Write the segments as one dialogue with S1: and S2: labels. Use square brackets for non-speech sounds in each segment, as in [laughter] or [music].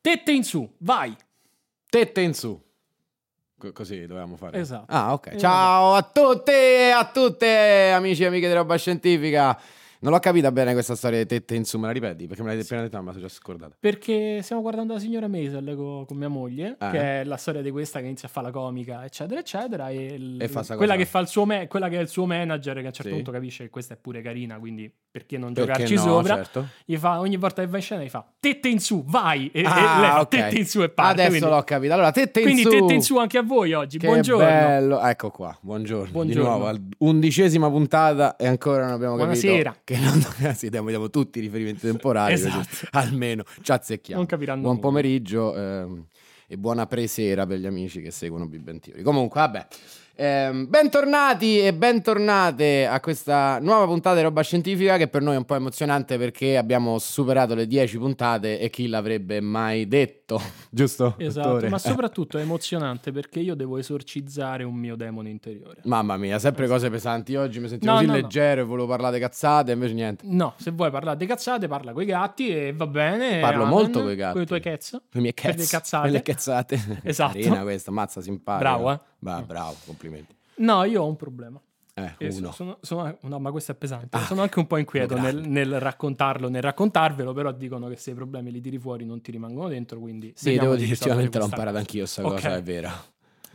S1: Tette in su, vai.
S2: Tette in su. Co- così dovevamo fare.
S1: Esatto.
S2: Ah, ok.
S1: Eh,
S2: Ciao a tutti e a tutte, amici e amiche di roba scientifica. Non l'ho capita bene questa storia di tette in su, me la ripeti? Perché me l'hai appena detto, ma me la sono già scordata.
S1: Perché stiamo guardando la signora Maisel co- con mia moglie,
S2: Ah.
S1: che è la storia di questa che inizia a fare la comica, eccetera, eccetera. E, il-
S2: E fa sta
S1: quella,
S2: cosa.
S1: che fa il suo ma- quella che è il suo manager, che a un certo
S2: Sì.
S1: punto capisce che questa è pure carina, quindi perché non
S2: Perché
S1: giocarci
S2: no,
S1: sopra?
S2: certo.
S1: Gli fa, ogni volta che va in scena, gli fa tette in su, vai! E, e
S2: Ah,
S1: lei fa
S2: ok.
S1: tette in su e parte.
S2: Adesso
S1: quindi
S2: l'ho capito. Allora, tette in
S1: quindi
S2: su.
S1: tette in su anche a voi oggi.
S2: Che
S1: Buongiorno.
S2: bello. Ecco qua, buongiorno.
S1: Buongiorno.
S2: Di nuovo, al- undicesima puntata e ancora non abbiamo capito.
S1: Buonasera.
S2: Che non [laughs] sì, diamo, diamo tutti i riferimenti temporali. così
S1: Esatto.
S2: Almeno ci azzecchiamo.
S1: Non capiranno.
S2: Buon
S1: nulla.
S2: pomeriggio ehm, e buona presera per gli amici che seguono Bibentiuri. Comunque, vabbè. Ehm, bentornati e bentornate a questa nuova puntata di Roba Scientifica che per noi è un po' emozionante perché abbiamo superato le 10 puntate e chi l'avrebbe mai detto, [laughs] giusto?
S1: Esatto,
S2: dottore? [laughs]
S1: ma soprattutto è emozionante perché io devo esorcizzare un mio demone interiore.
S2: Mamma mia, sempre cose pesanti. Io Oggi mi sentivo
S1: Esatto. No,
S2: così
S1: no, no.
S2: leggero e volevo parlare cazzate, invece niente.
S1: No, se vuoi parlare di cazzate, parla coi gatti e va bene.
S2: Parlo
S1: amen.
S2: molto coi gatti.
S1: Con i tuoi cats.
S2: Le mie
S1: Per le
S2: cazz-
S1: cazzate.
S2: per le cazzate.
S1: Esatto.
S2: Carina questa, mazza simpatica.
S1: Bravo, eh.
S2: Bah, bravo, complimenti.
S1: No, io ho un problema.
S2: Eh,
S1: Io so-
S2: uno.
S1: Sono, sono- no, ma questo è pesante.
S2: Ah,
S1: sono anche un po' inquieto
S2: lo
S1: nel,
S2: grande.
S1: nel raccontarlo, nel raccontarvelo, però dicono che se i problemi li tiri fuori non ti rimangono dentro, quindi...
S2: Sì,
S1: vediamo
S2: devo
S1: di
S2: dire,
S1: risolvere
S2: ultimamente l'ho
S1: questa-
S2: imparata anch'io sta
S1: Ok.
S2: cosa, è vero.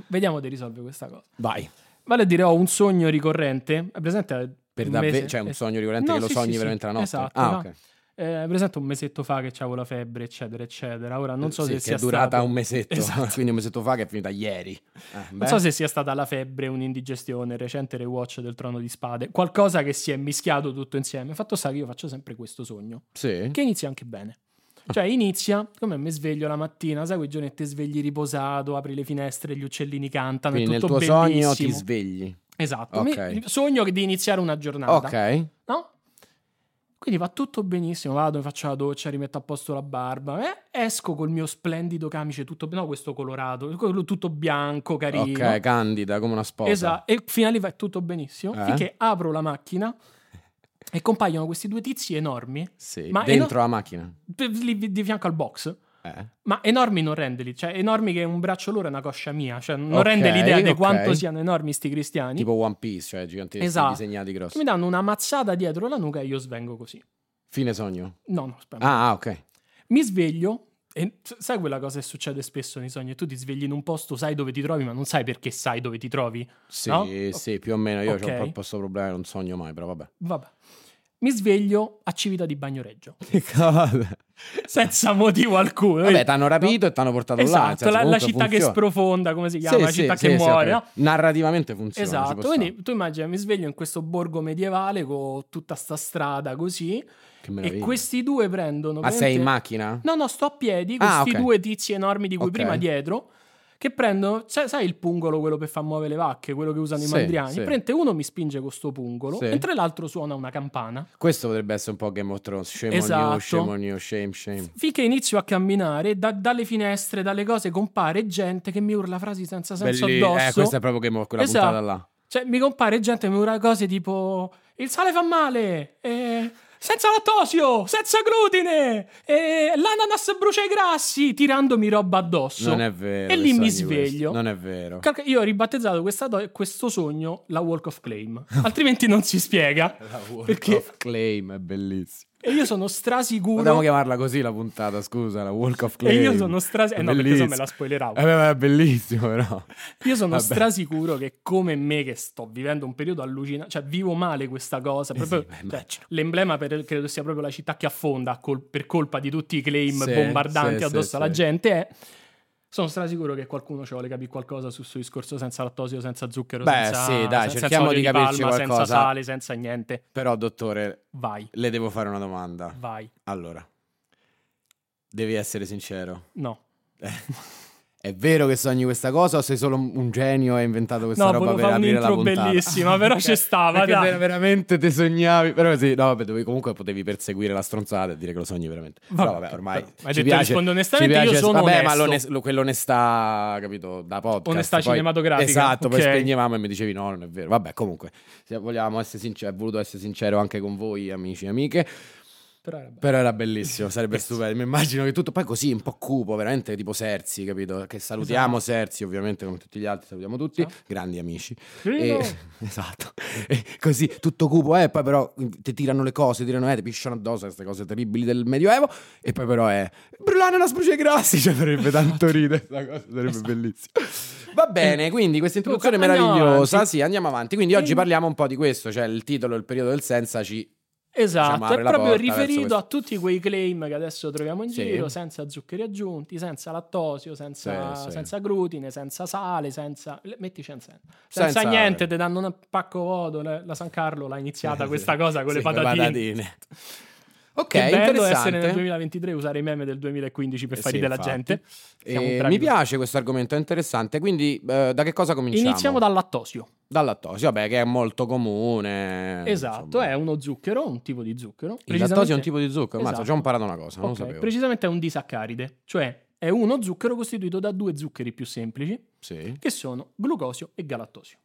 S1: Vediamo di risolvere questa cosa.
S2: Vai.
S1: Vale a dire, ho un sogno ricorrente. È presente?
S2: Per
S1: un
S2: davvero,
S1: mese-
S2: cioè un
S1: eh,
S2: sogno ricorrente
S1: No,
S2: che lo
S1: sì,
S2: sogni
S1: sì, sì,
S2: veramente la notte.
S1: esatto,
S2: ah,
S1: no.
S2: ok.
S1: Eh, presente un mesetto fa che avevo la febbre, eccetera, eccetera. Ora non so
S2: Sì,
S1: se
S2: che
S1: sia
S2: è durata
S1: stato-
S2: un mesetto,
S1: [laughs] Esatto. Eh,
S2: quindi un mesetto fa che è finita ieri. Ah, beh.
S1: Non so se sia stata la febbre, un'indigestione, recente rewatch del Trono di Spade, qualcosa che si è mischiato tutto insieme. Fatto sta che io faccio sempre questo sogno,
S2: Sì.
S1: che inizia anche bene. Cioè inizia, come mi sveglio la mattina, sai quei giorni che ti svegli riposato, apri le finestre, gli uccellini cantano,
S2: Quindi
S1: è
S2: nel
S1: tutto
S2: tuo
S1: bellissimo.
S2: sogno ti svegli.
S1: Esatto,
S2: Ok.
S1: mi- sogno di iniziare una giornata.
S2: Ok.
S1: no? Quindi va tutto benissimo, vado, mi faccio la doccia, rimetto a posto la barba, eh, esco col mio splendido camice tutto, no, questo colorato, quello tutto bianco, carino.
S2: Ok, candida come una sposa.
S1: Esatto, e fino a lì va tutto benissimo,
S2: Eh?
S1: finché apro la macchina e compaiono questi due tizi enormi,
S2: Sì,
S1: Ma- e
S2: dentro la macchina.
S1: pe- lì di fianco al box,
S2: Eh.
S1: ma enormi non rendeli, cioè enormi che un braccio loro è una coscia mia, cioè non
S2: Ok,
S1: rende l'idea di
S2: ok.
S1: quanto siano enormi sti cristiani.
S2: Tipo One Piece, cioè giganteschi
S1: Esatto.
S2: disegnati
S1: che
S2: grossi.
S1: mi danno una mazzata dietro la nuca e io svengo così.
S2: Fine sogno.
S1: No, no, aspetta.
S2: Ah, ah, ok.
S1: Mi sveglio e s- sai quella cosa che succede spesso nei sogni? Tu ti svegli in un posto, sai dove ti trovi, ma non sai perché sai dove ti trovi.
S2: Sì,
S1: No?
S2: sì, più o meno. Io ho
S1: Ok.
S2: un po' questo problema, non sogno mai, però
S1: [laughs]
S2: vabbè.
S1: Vabbè. Mi sveglio a Civita di
S2: [laughs]
S1: Bagnoreggio,
S2: Che cavolo.
S1: senza motivo alcuno.
S2: Vabbè, t'hanno rapito e t'hanno portato là. nel
S1: Esatto,
S2: senso,
S1: la, la
S2: cioè, comunque
S1: città che
S2: funziona.
S1: sprofonda, come si chiama?
S2: Sì,
S1: la
S2: sì,
S1: città
S2: sì,
S1: che
S2: sì,
S1: muore,
S2: ok.
S1: no?
S2: Narrativamente funziona. ci
S1: Esatto,
S2: può
S1: quindi tu immagina, mi sveglio in questo borgo medievale con tutta sta strada così
S2: stare. Che meraviglia.
S1: e questi due prendono...
S2: Ma sei in
S1: veramente-
S2: macchina?
S1: No, no, sto a piedi,
S2: Ah,
S1: questi
S2: ok.
S1: due tizi enormi di cui
S2: Ok.
S1: prima dietro, che prendono, sai, sai il pungolo, quello per far muovere le vacche, quello che usano
S2: Sì,
S1: i mandriani?
S2: sì.
S1: Prende uno mi spinge con sto pungolo,
S2: Sì.
S1: mentre l'altro suona una campana.
S2: Questo potrebbe essere un po' Game of Thrones. Shame on
S1: Esatto.
S2: you, shame on you, shame, shame.
S1: Finché inizio a camminare, da- dalle finestre, dalle cose, compare gente che mi urla frasi senza senso
S2: Belli-
S1: addosso.
S2: Eh, questa è proprio Game of quella
S1: Esatto.
S2: puntata là.
S1: Cioè, mi compare gente che mi urla cose tipo: Il sale fa male, eh, senza lattosio, senza glutine, eh, l'ananas brucia i grassi, tirandomi roba addosso.
S2: Non è vero.
S1: E
S2: che
S1: lì mi
S2: sogni questo.
S1: sveglio.
S2: Non è vero.
S1: Calca- Io ho ribattezzato questa do- questo sogno la Walk of Claim, altrimenti non si spiega.
S2: La
S1: [laughs]
S2: World
S1: Perché-
S2: of Claim è bellissimo.
S1: E io sono strasicuro.
S2: Potremmo chiamarla così la puntata, scusa, la Walk of Claim.
S1: E io sono stra- eh no, perché
S2: Bellissimo.
S1: se no me la spoileravo.
S2: Eh, beh, ma è bellissimo però.
S1: Io sono
S2: Vabbè.
S1: strasicuro che come me che sto vivendo un periodo allucinante, cioè vivo male questa cosa, proprio-
S2: Eh sì, beh,
S1: cioè,
S2: immagino.
S1: l'emblema per- credo sia proprio la città che affonda col- per colpa di tutti i claim
S2: Sì,
S1: bombardanti
S2: sì,
S1: addosso
S2: sì,
S1: alla
S2: sì.
S1: gente è- sono strasicuro che qualcuno ci vuole capire qualcosa su questo discorso senza lattosio, senza zucchero,
S2: Beh,
S1: senza,
S2: sì, dai,
S1: senza
S2: cerchiamo
S1: olio
S2: di capirci
S1: palma, senza
S2: qualcosa.
S1: sale, senza niente.
S2: Però dottore,
S1: Vai,
S2: le devo fare una domanda.
S1: vai.
S2: Allora, devi essere sincero. Eh,
S1: No.
S2: È vero che sogni questa cosa o sei solo un un genio e hai inventato questa
S1: No,
S2: roba
S1: volevo
S2: per
S1: fare
S2: aprire la
S1: un'intro
S2: puntata?
S1: bellissima, però
S2: Ok,
S1: ci stava,
S2: perché
S1: dai.
S2: ver- veramente te sognavi, però sì, no, vabbè, dovevi- comunque potevi perseguire la stronzata e dire che lo sogni veramente.
S1: Vabbè,
S2: Però vabbè, ormai
S1: però- ma hai
S2: ci
S1: detto,
S2: piace,
S1: rispondo
S2: ci
S1: onestamente, io
S2: piace-
S1: sono
S2: Vabbè, ma
S1: onesto.
S2: l'ones- lo- quell'onestà, capito, da podcast.
S1: Onestà cinematografica,
S2: Esatto,
S1: ok.
S2: poi spegnevamo e mi dicevi no, non è vero. Vabbè, comunque, se vogliamo essere sinceri, ho voluto essere sincero anche con voi, amici e amiche.
S1: Però era bello.
S2: Però era bellissimo,
S1: [laughs]
S2: sarebbe
S1: Pezzo.
S2: stupendo. Mi immagino che tutto poi così un po' cupo, veramente tipo Serzi, capito? Che salutiamo Serzi, ovviamente, come tutti gli altri, salutiamo tutti,
S1: Esatto. Ciao.
S2: grandi amici.
S1: Primo!
S2: E- [laughs] esatto. E così tutto cupo, eh, poi però ti tirano le cose, ti tirano eh, ti pisciano addosso queste cose terribili del Medioevo e poi però è Brulana una spruce grassi, [laughs] cioè farebbe
S1: [laughs]
S2: tanto ridere questa cosa, sarebbe
S1: Esatto.
S2: bellissimo. Va bene, quindi questa introduzione
S1: Luca, andiamo
S2: meravigliosa,
S1: avanti.
S2: sì, andiamo avanti. Quindi oggi
S1: Ehm.
S2: parliamo un po' di questo, cioè il titolo, il periodo del senza ci diciamo,
S1: Esatto,
S2: apre
S1: è
S2: la
S1: proprio
S2: porta verso
S1: riferito
S2: questo.
S1: a tutti quei claim che adesso troviamo in
S2: Sì.
S1: giro, senza zuccheri aggiunti, senza lattosio, senza,
S2: Sì, sì.
S1: senza glutine, senza sale, senza... le- Mettici in senso. Senza,
S2: Senza-
S1: niente, ti danno un pacco vodo, la la San Carlo l'ha iniziata questa cosa con le
S2: Eh, [laughs] Sì, con le
S1: patatine.
S2: patatine. Ok,
S1: Che bello essere nel
S2: interessante.
S1: 2023 e usare i meme del 2015 per
S2: Eh
S1: far
S2: sì,
S1: ridere la
S2: infatti.
S1: gente. Siamo
S2: Eh,
S1: un tragico.
S2: mi piace questo argomento, è interessante. Quindi, eh, da che cosa cominciamo?
S1: Iniziamo dal lattosio.
S2: dal lattosio, vabbè, che è molto comune.
S1: esatto,
S2: Eh, insomma.
S1: è uno zucchero, un tipo di zucchero.
S2: Il lattosio è un
S1: Precisamente-
S2: tipo di zucchero. Mazza,
S1: Esatto.
S2: già ho imparato una cosa, non lo
S1: Ok,
S2: sapevo.
S1: Precisamente è un disaccaride, cioè è uno zucchero costituito da due zuccheri più semplici,
S2: sì.
S1: che sono glucosio e galattosio.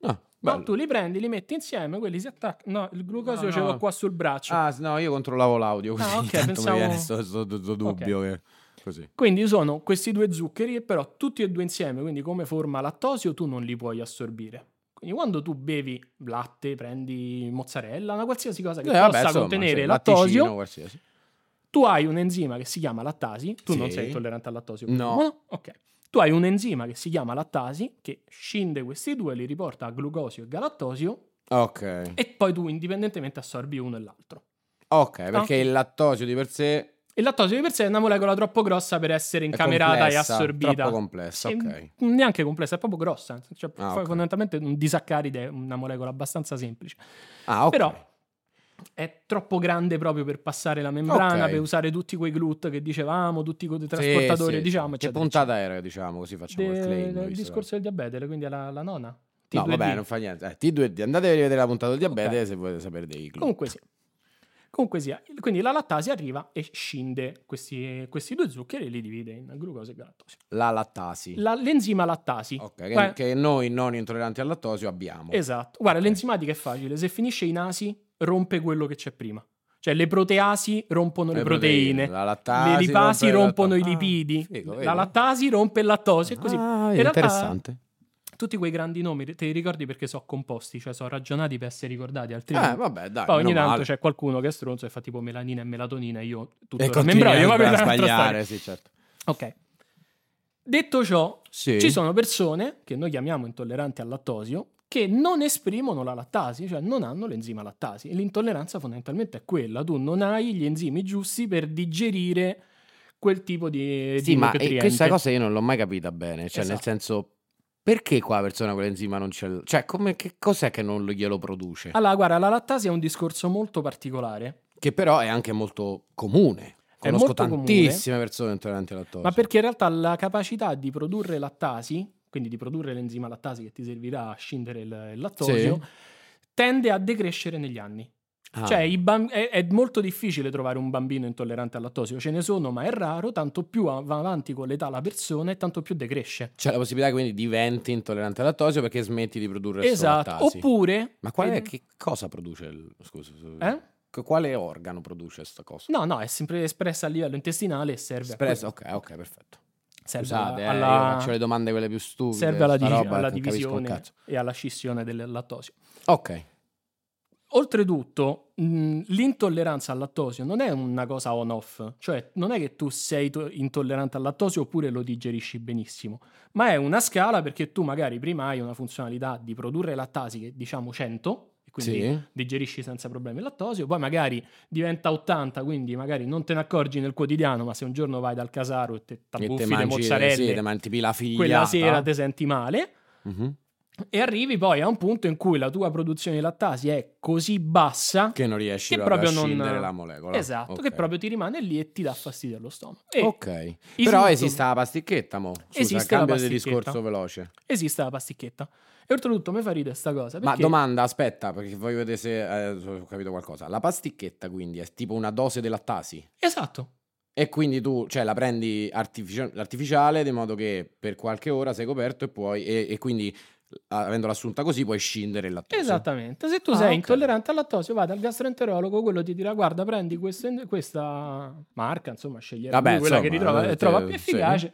S2: Ah,
S1: Ma
S2: bello.
S1: tu li prendi, li metti insieme, quelli si attaccano. No, il glucosio
S2: No,
S1: ce l'ho
S2: no.
S1: qua sul braccio.
S2: Ah, s- no, io controllavo l'audio, così
S1: Ah, ok,
S2: intanto
S1: pensavo-
S2: mi viene sto, sto- sto- sto dubbio che- Così. Eh,
S1: Quindi sono questi due zuccheri, e però tutti e due insieme, quindi come forma lattosio, tu non li puoi assorbire. Quindi quando tu bevi latte, prendi mozzarella, una qualsiasi cosa che
S2: Eh,
S1: possa
S2: vabbè, insomma,
S1: contenere
S2: sì,
S1: lattosio,
S2: latticino, qualsiasi.
S1: tu hai un enzima che si chiama lattasi, tu non
S2: Sì.
S1: sei intollerante al lattosio.
S2: No.
S1: quindi, Ok. Tu hai un enzima che si chiama lattasi che scinde questi due, li riporta a glucosio e galattosio
S2: Ok,
S1: e poi tu indipendentemente assorbi uno e l'altro.
S2: ok,
S1: Ah.
S2: perché il lattosio di per sé
S1: Il lattosio di per sé è una molecola troppo grossa per essere
S2: è
S1: incamerata e
S2: complessa,
S1: assorbita.
S2: Troppo complessa,
S1: Sì,
S2: ok.
S1: Neanche complessa, è proprio grossa. Cioè,
S2: Ah,
S1: poi
S2: ok.
S1: Fondamentalmente un disaccaride è una molecola abbastanza semplice.
S2: Ah, ok.
S1: Però è troppo grande proprio per passare la membrana,
S2: Ok.
S1: per usare tutti quei glut che dicevamo, tutti quei
S2: Sì,
S1: trasportatori,
S2: sì,
S1: diciamo.
S2: sì. Che
S1: eccetera,
S2: puntata era, diciamo, così facciamo il
S1: eccetera.
S2: claim.
S1: Del-
S2: visto
S1: del
S2: che-
S1: discorso del diabete, quindi è la, la nona.
S2: No,
S1: T2D.
S2: vabbè, non fa niente. Eh, T2D, andate a rivedere la puntata del diabete
S1: Ok.
S2: se volete sapere dei club.
S1: Comunque sia. Comunque sia, il- quindi la lattasi arriva e scinde questi, questi due zuccheri e li divide in glucosio e galattosio.
S2: La lattasi.
S1: La- l'enzima lattasi.
S2: Ok,
S1: Guarda-
S2: che, che noi non intolleranti al lattosio abbiamo.
S1: Esatto. Guarda,
S2: Ok.
S1: l'enzimatica è facile. Se finisce in asi, rompe quello che c'è prima. Cioè, le proteasi rompono le,
S2: Le
S1: proteine.
S2: Eh, La lattasi.
S1: le lipasi
S2: rompe-
S1: rompono i
S2: Ah,
S1: lipidi.
S2: figo,
S1: la
S2: vedi?
S1: lattasi rompe il lattosio e così.
S2: Ah,
S1: In
S2: vedi,
S1: realtà-
S2: interessante.
S1: Tutti quei grandi nomi te li ricordi perché sono composti, cioè sono ragionati per essere ricordati, altrimenti.
S2: Eh, vabbè, dai.
S1: Poi ogni
S2: meno
S1: tanto
S2: male.
S1: c'è qualcuno che è stronzo e fa tipo melanina e melatonina. Io tutto
S2: E
S1: il membroglio,
S2: continuiamo
S1: [laughs] ma
S2: a
S1: quella è un'altra
S2: sbagliare, sì, certo.
S1: storia. Ok. Detto ciò,
S2: Sì.
S1: ci sono persone che noi chiamiamo intolleranti al lattosio che non esprimono la lattasi, cioè non hanno l'enzima lattasi. E L'intolleranza fondamentalmente è quella, tu non hai gli enzimi giusti per digerire quel tipo di,
S2: Sì,
S1: di
S2: ma eh,
S1: nutriente.
S2: questa cosa io non l'ho mai capita bene. Cioè, nel
S1: Esatto.
S2: senso, perché qua la persona quell'enzima non c'è? Cioè, come, che cos'è che non glielo produce?
S1: Allora, guarda, la lattasi è un discorso molto particolare,
S2: Che però è anche molto comune.
S1: È
S2: Conosco
S1: molto comune.
S2: tantissime persone intolleranti al lattosio.
S1: ma perché in realtà la capacità di produrre lattasi, quindi di produrre l'enzima lattasi che ti servirà a scindere il il lattosio, tende a decrescere negli anni.
S2: Ah,
S1: Cioè, i bam- è, è molto difficile trovare un bambino intollerante al lattosio, ce ne sono, ma è raro, tanto più av- va avanti con l'età la persona e tanto più decresce.
S2: C'è la possibilità che quindi diventi intollerante al lattosio perché smetti di produrre solo
S1: Esatto,
S2: lattasi.
S1: oppure...
S2: Ma qual è,
S1: ed-
S2: che cosa produce il... Scusa, scusa.
S1: eh?
S2: Che- Quale organo produce questa cosa?
S1: No, no, è sempre espressa a livello intestinale e serve a
S2: Espresso-
S1: quello.
S2: ok, ok, perfetto.
S1: Serve
S2: oh, Scusate, eh,
S1: alla-
S2: io faccio le domande quelle più stupide.
S1: serve alla,
S2: sta
S1: divi-
S2: roba,
S1: alla
S2: non capisco un
S1: divisione
S2: cazzo.
S1: e alla scissione del lattosio.
S2: Ok,
S1: Oltretutto, mh, l'intolleranza al lattosio non è una cosa on-off, cioè non è che tu sei to- intollerante al lattosio oppure lo digerisci benissimo, ma è una scala perché tu magari prima hai una funzionalità di produrre lattasi che diciamo 100, e quindi
S2: sì.
S1: digerisci senza problemi il lattosio, poi magari diventa 80, quindi magari non te ne accorgi nel quotidiano, ma se un giorno vai dal casaro e te
S2: E
S1: t'abbuffi
S2: te
S1: le
S2: mangi,
S1: mozzarelle,
S2: sì, te mangi tipo la figlia.
S1: quella sera ti senti male,
S2: Mhm.
S1: e arrivi poi a un punto in cui la tua produzione di lattasi è così bassa
S2: Che non riesci
S1: Che
S2: proprio a
S1: proprio non-
S2: scindere la molecola.
S1: Esatto,
S2: Ok.
S1: che proprio ti rimane lì e ti dà fastidio allo stomaco. E
S2: Ok,
S1: i
S2: però
S1: sintomi-
S2: esiste la pasticchetta, mo. Scusa,
S1: Esiste la
S2: cambio di
S1: pasticchetta.
S2: discorso veloce.
S1: esiste la pasticchetta. E oltretutto mi fa ridere sta cosa.
S2: Ma
S1: perché-
S2: domanda, aspetta, perché voglio vedere se eh, se ho capito qualcosa. La pasticchetta quindi è tipo una dose di lattasi
S1: Esatto.
S2: e quindi tu cioè, la prendi artifici- artificiale di modo che per qualche ora sei coperto e puoi e, e quindi avendola assunta così, puoi scindere il lattosio.
S1: Esattamente, se tu
S2: Ah,
S1: sei
S2: ok.
S1: intollerante al lattosio, vai dal gastroenterologo, quello ti dirà guarda prendi questo- questa marca, insomma sceglierai
S2: Vabbè,
S1: lui quella
S2: insomma,
S1: che ritrova,
S2: eh,
S1: e trova
S2: te-
S1: più
S2: sì.
S1: efficace.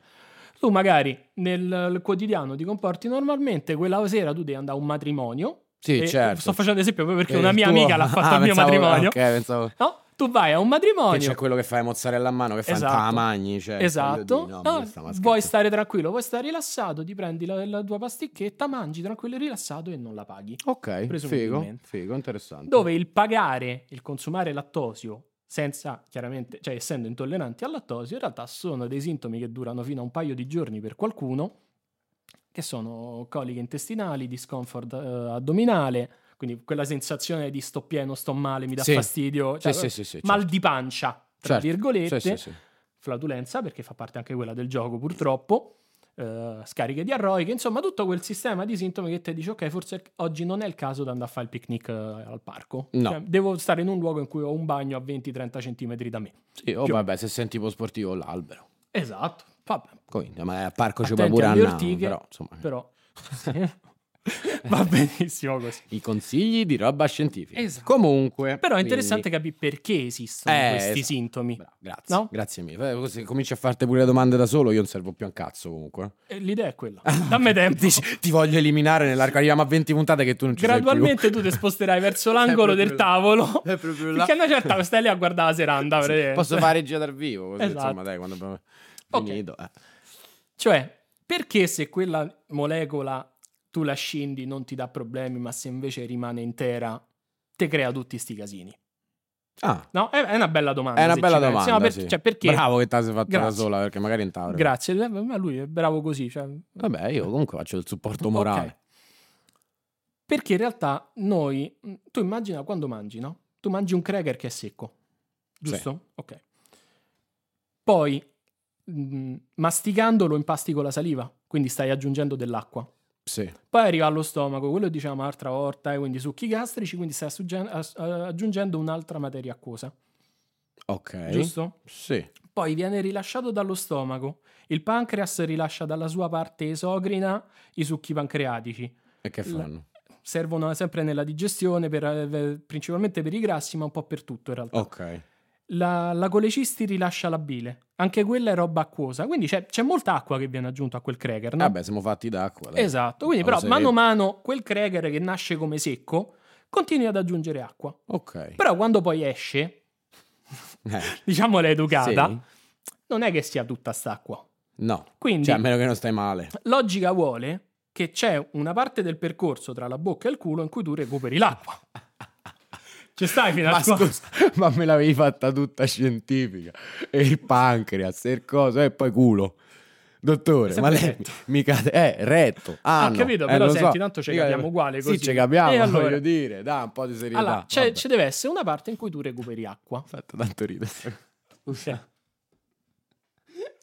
S1: Tu magari nel quotidiano ti comporti normalmente, quella sera tu devi andare a un matrimonio.
S2: Sì,
S1: e-
S2: certo.
S1: Sto facendo esempio proprio perché
S2: E
S1: una
S2: il
S1: mia
S2: tuo- [laughs]
S1: amica l'ha fatto
S2: Ah,
S1: al mio
S2: pensavo-
S1: matrimonio.
S2: Ok, pensavo
S1: No, tu vai a un
S2: che
S1: matrimonio.
S2: c'è quello che fa le mozzarella a mano, che fa
S1: Esatto.
S2: te la magni, cioè, voglio
S1: Esatto,
S2: dire, no,
S1: No,
S2: ma sta- ma
S1: vuoi
S2: scherzo.
S1: stare tranquillo, vuoi stare rilassato, ti prendi la, la tua pasticchetta, mangi tranquillo e rilassato e non la paghi.
S2: Ok, figo,
S1: presumibilmente.
S2: figo, interessante.
S1: Dove il pagare, il consumare lattosio, senza chiaramente, cioè essendo intolleranti al lattosio, in realtà sono dei sintomi che durano fino a un paio di giorni per qualcuno, che sono coliche intestinali, discomfort eh, addominale, quindi quella sensazione di sto pieno, sto male, mi dà
S2: Sì.
S1: fastidio,
S2: Sì,
S1: cioè,
S2: sì, sì, sì,
S1: mal
S2: certo.
S1: di pancia, tra
S2: Certo.
S1: virgolette,
S2: Sì, sì, sì.
S1: flatulenza, perché fa parte anche quella del gioco purtroppo, eh, scariche diarroiche, insomma tutto quel sistema di sintomi che ti dice ok, forse oggi non è il caso di andare a fare il picnic eh, al parco.
S2: No.
S1: Cioè, devo stare in un luogo in cui ho un bagno a 20-30 cm da me.
S2: Sì, o
S1: Più-
S2: vabbè, se sei un tipo sportivo l'albero.
S1: Esatto, vabbè,
S2: Quindi, ma al parco ci
S1: Attenti
S2: puoi pure
S1: alle
S2: andare,
S1: ortiche,
S2: però, insomma,
S1: però sì. [laughs] va benissimo così.
S2: i consigli di roba scientifica.
S1: Esatto. Però è
S2: Comunque, Eh, quindi-
S1: interessante capire perché esistono
S2: Eh,
S1: questi
S2: esatto.
S1: sintomi.
S2: Bra- grazie,
S1: No?
S2: grazie mille. Eh, Se cominci a farti pure le domande da solo, io non servo più a un cazzo comunque.
S1: E Eh, L'idea è
S2: [laughs]
S1: quella. Dammi tempo.
S2: Dici, ti voglio eliminare nell'arco, arriviamo a 20 puntate che tu non ci
S1: Gradualmente
S2: sei
S1: tu
S2: più.
S1: ti sposterai
S2: [laughs]
S1: verso l'angolo del tavolo.
S2: È proprio là.
S1: Perché a una certa stai lì a guardare la seranda.
S2: Sì,
S1: praticamente.
S2: posso fare regia dal vivo, così
S1: Ah, Esatto.
S2: insomma, dai, quando abbiamo
S1: Ok.
S2: finito. eh.
S1: Cioè, perché se quella molecola tu la scindi non ti dà problemi, ma se invece rimane intera, te crea tutti sti casini?
S2: Ah,
S1: No, è, è una bella domanda.
S2: è una
S1: se
S2: bella
S1: ci pensi.
S2: domanda.
S1: No, per-
S2: sì.
S1: cioè, perché?
S2: Bravo che te la sei fatta da
S1: Grazie.
S2: sola, perché magari in tavola.
S1: Grazie, eh, ma lui è bravo così. cioè-
S2: Vabbè, io comunque faccio il supporto morale.
S1: Ok. Perché in realtà noi, mh, tu immagina quando mangi, no? Tu mangi un cracker che è secco, giusto? Ok. Poi, mh, masticandolo impasti con la saliva, quindi stai aggiungendo dell'acqua.
S2: Sì.
S1: Poi arriva allo stomaco, quello diciamo un'altra volta, e quindi succhi gastrici, quindi stai assugge- ass- eh, aggiungendo un'altra materia acquosa,
S2: Ok.
S1: giusto?
S2: Sì.
S1: Poi viene rilasciato dallo stomaco, il pancreas rilascia dalla sua parte esocrina i succhi pancreatici,
S2: E che fanno?
S1: servono sempre nella digestione, per, eh, principalmente per i grassi, ma un po' per tutto in realtà.
S2: Ok.
S1: La, la colecisti rilascia la bile, anche quella è roba acquosa, quindi c'è, c'è molta acqua che viene aggiunta a quel cracker, no?
S2: Vabbè, siamo fatti d'acqua. dai.
S1: Esatto, quindi
S2: Ma lo
S1: però
S2: sai
S1: mano a
S2: che-
S1: mano quel cracker che nasce come secco continui ad aggiungere acqua.
S2: Ok.
S1: Però quando poi esce,
S2: Eh,
S1: diciamo l'educata,
S2: sì?
S1: non è che sia tutta st'acqua.
S2: No.
S1: Quindi
S2: Cioè, a meno che non stai male.
S1: logica vuole che c'è una parte del percorso tra la bocca e il culo in cui tu recuperi
S2: [laughs]
S1: l'acqua. Ci stai fino a
S2: Ma
S1: qua?
S2: scusa, [laughs] ma me l'avevi fatta tutta scientifica. E il pancreas, e il coso, e poi culo. Dottore, ma
S1: Sempre
S2: lei
S1: retto.
S2: mica... Eh, retto. Ah,
S1: Ah,
S2: no.
S1: capito,
S2: Eh,
S1: però
S2: lo
S1: senti,
S2: so.
S1: tanto ci
S2: Mica-
S1: capiamo uguale così.
S2: Sì, ci capiamo,
S1: E allora?
S2: voglio dire. Dai, un po' di
S1: [laughs]
S2: serietà.
S1: Allora, c'è,
S2: Vabbè.
S1: ci deve essere una parte in cui tu recuperi acqua.
S2: Fatto tanto ridere. [laughs]
S1: Cioè,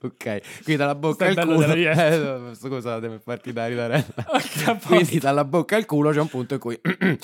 S2: Ok, quindi dalla bocca
S1: Stai
S2: al
S1: bello
S2: culo.
S1: della
S2: Eh, scusa, devo farti dare la rena.
S1: [laughs] ok, a posto.
S2: Quindi dalla bocca al culo c'è un punto in cui [clears throat] recuperiamo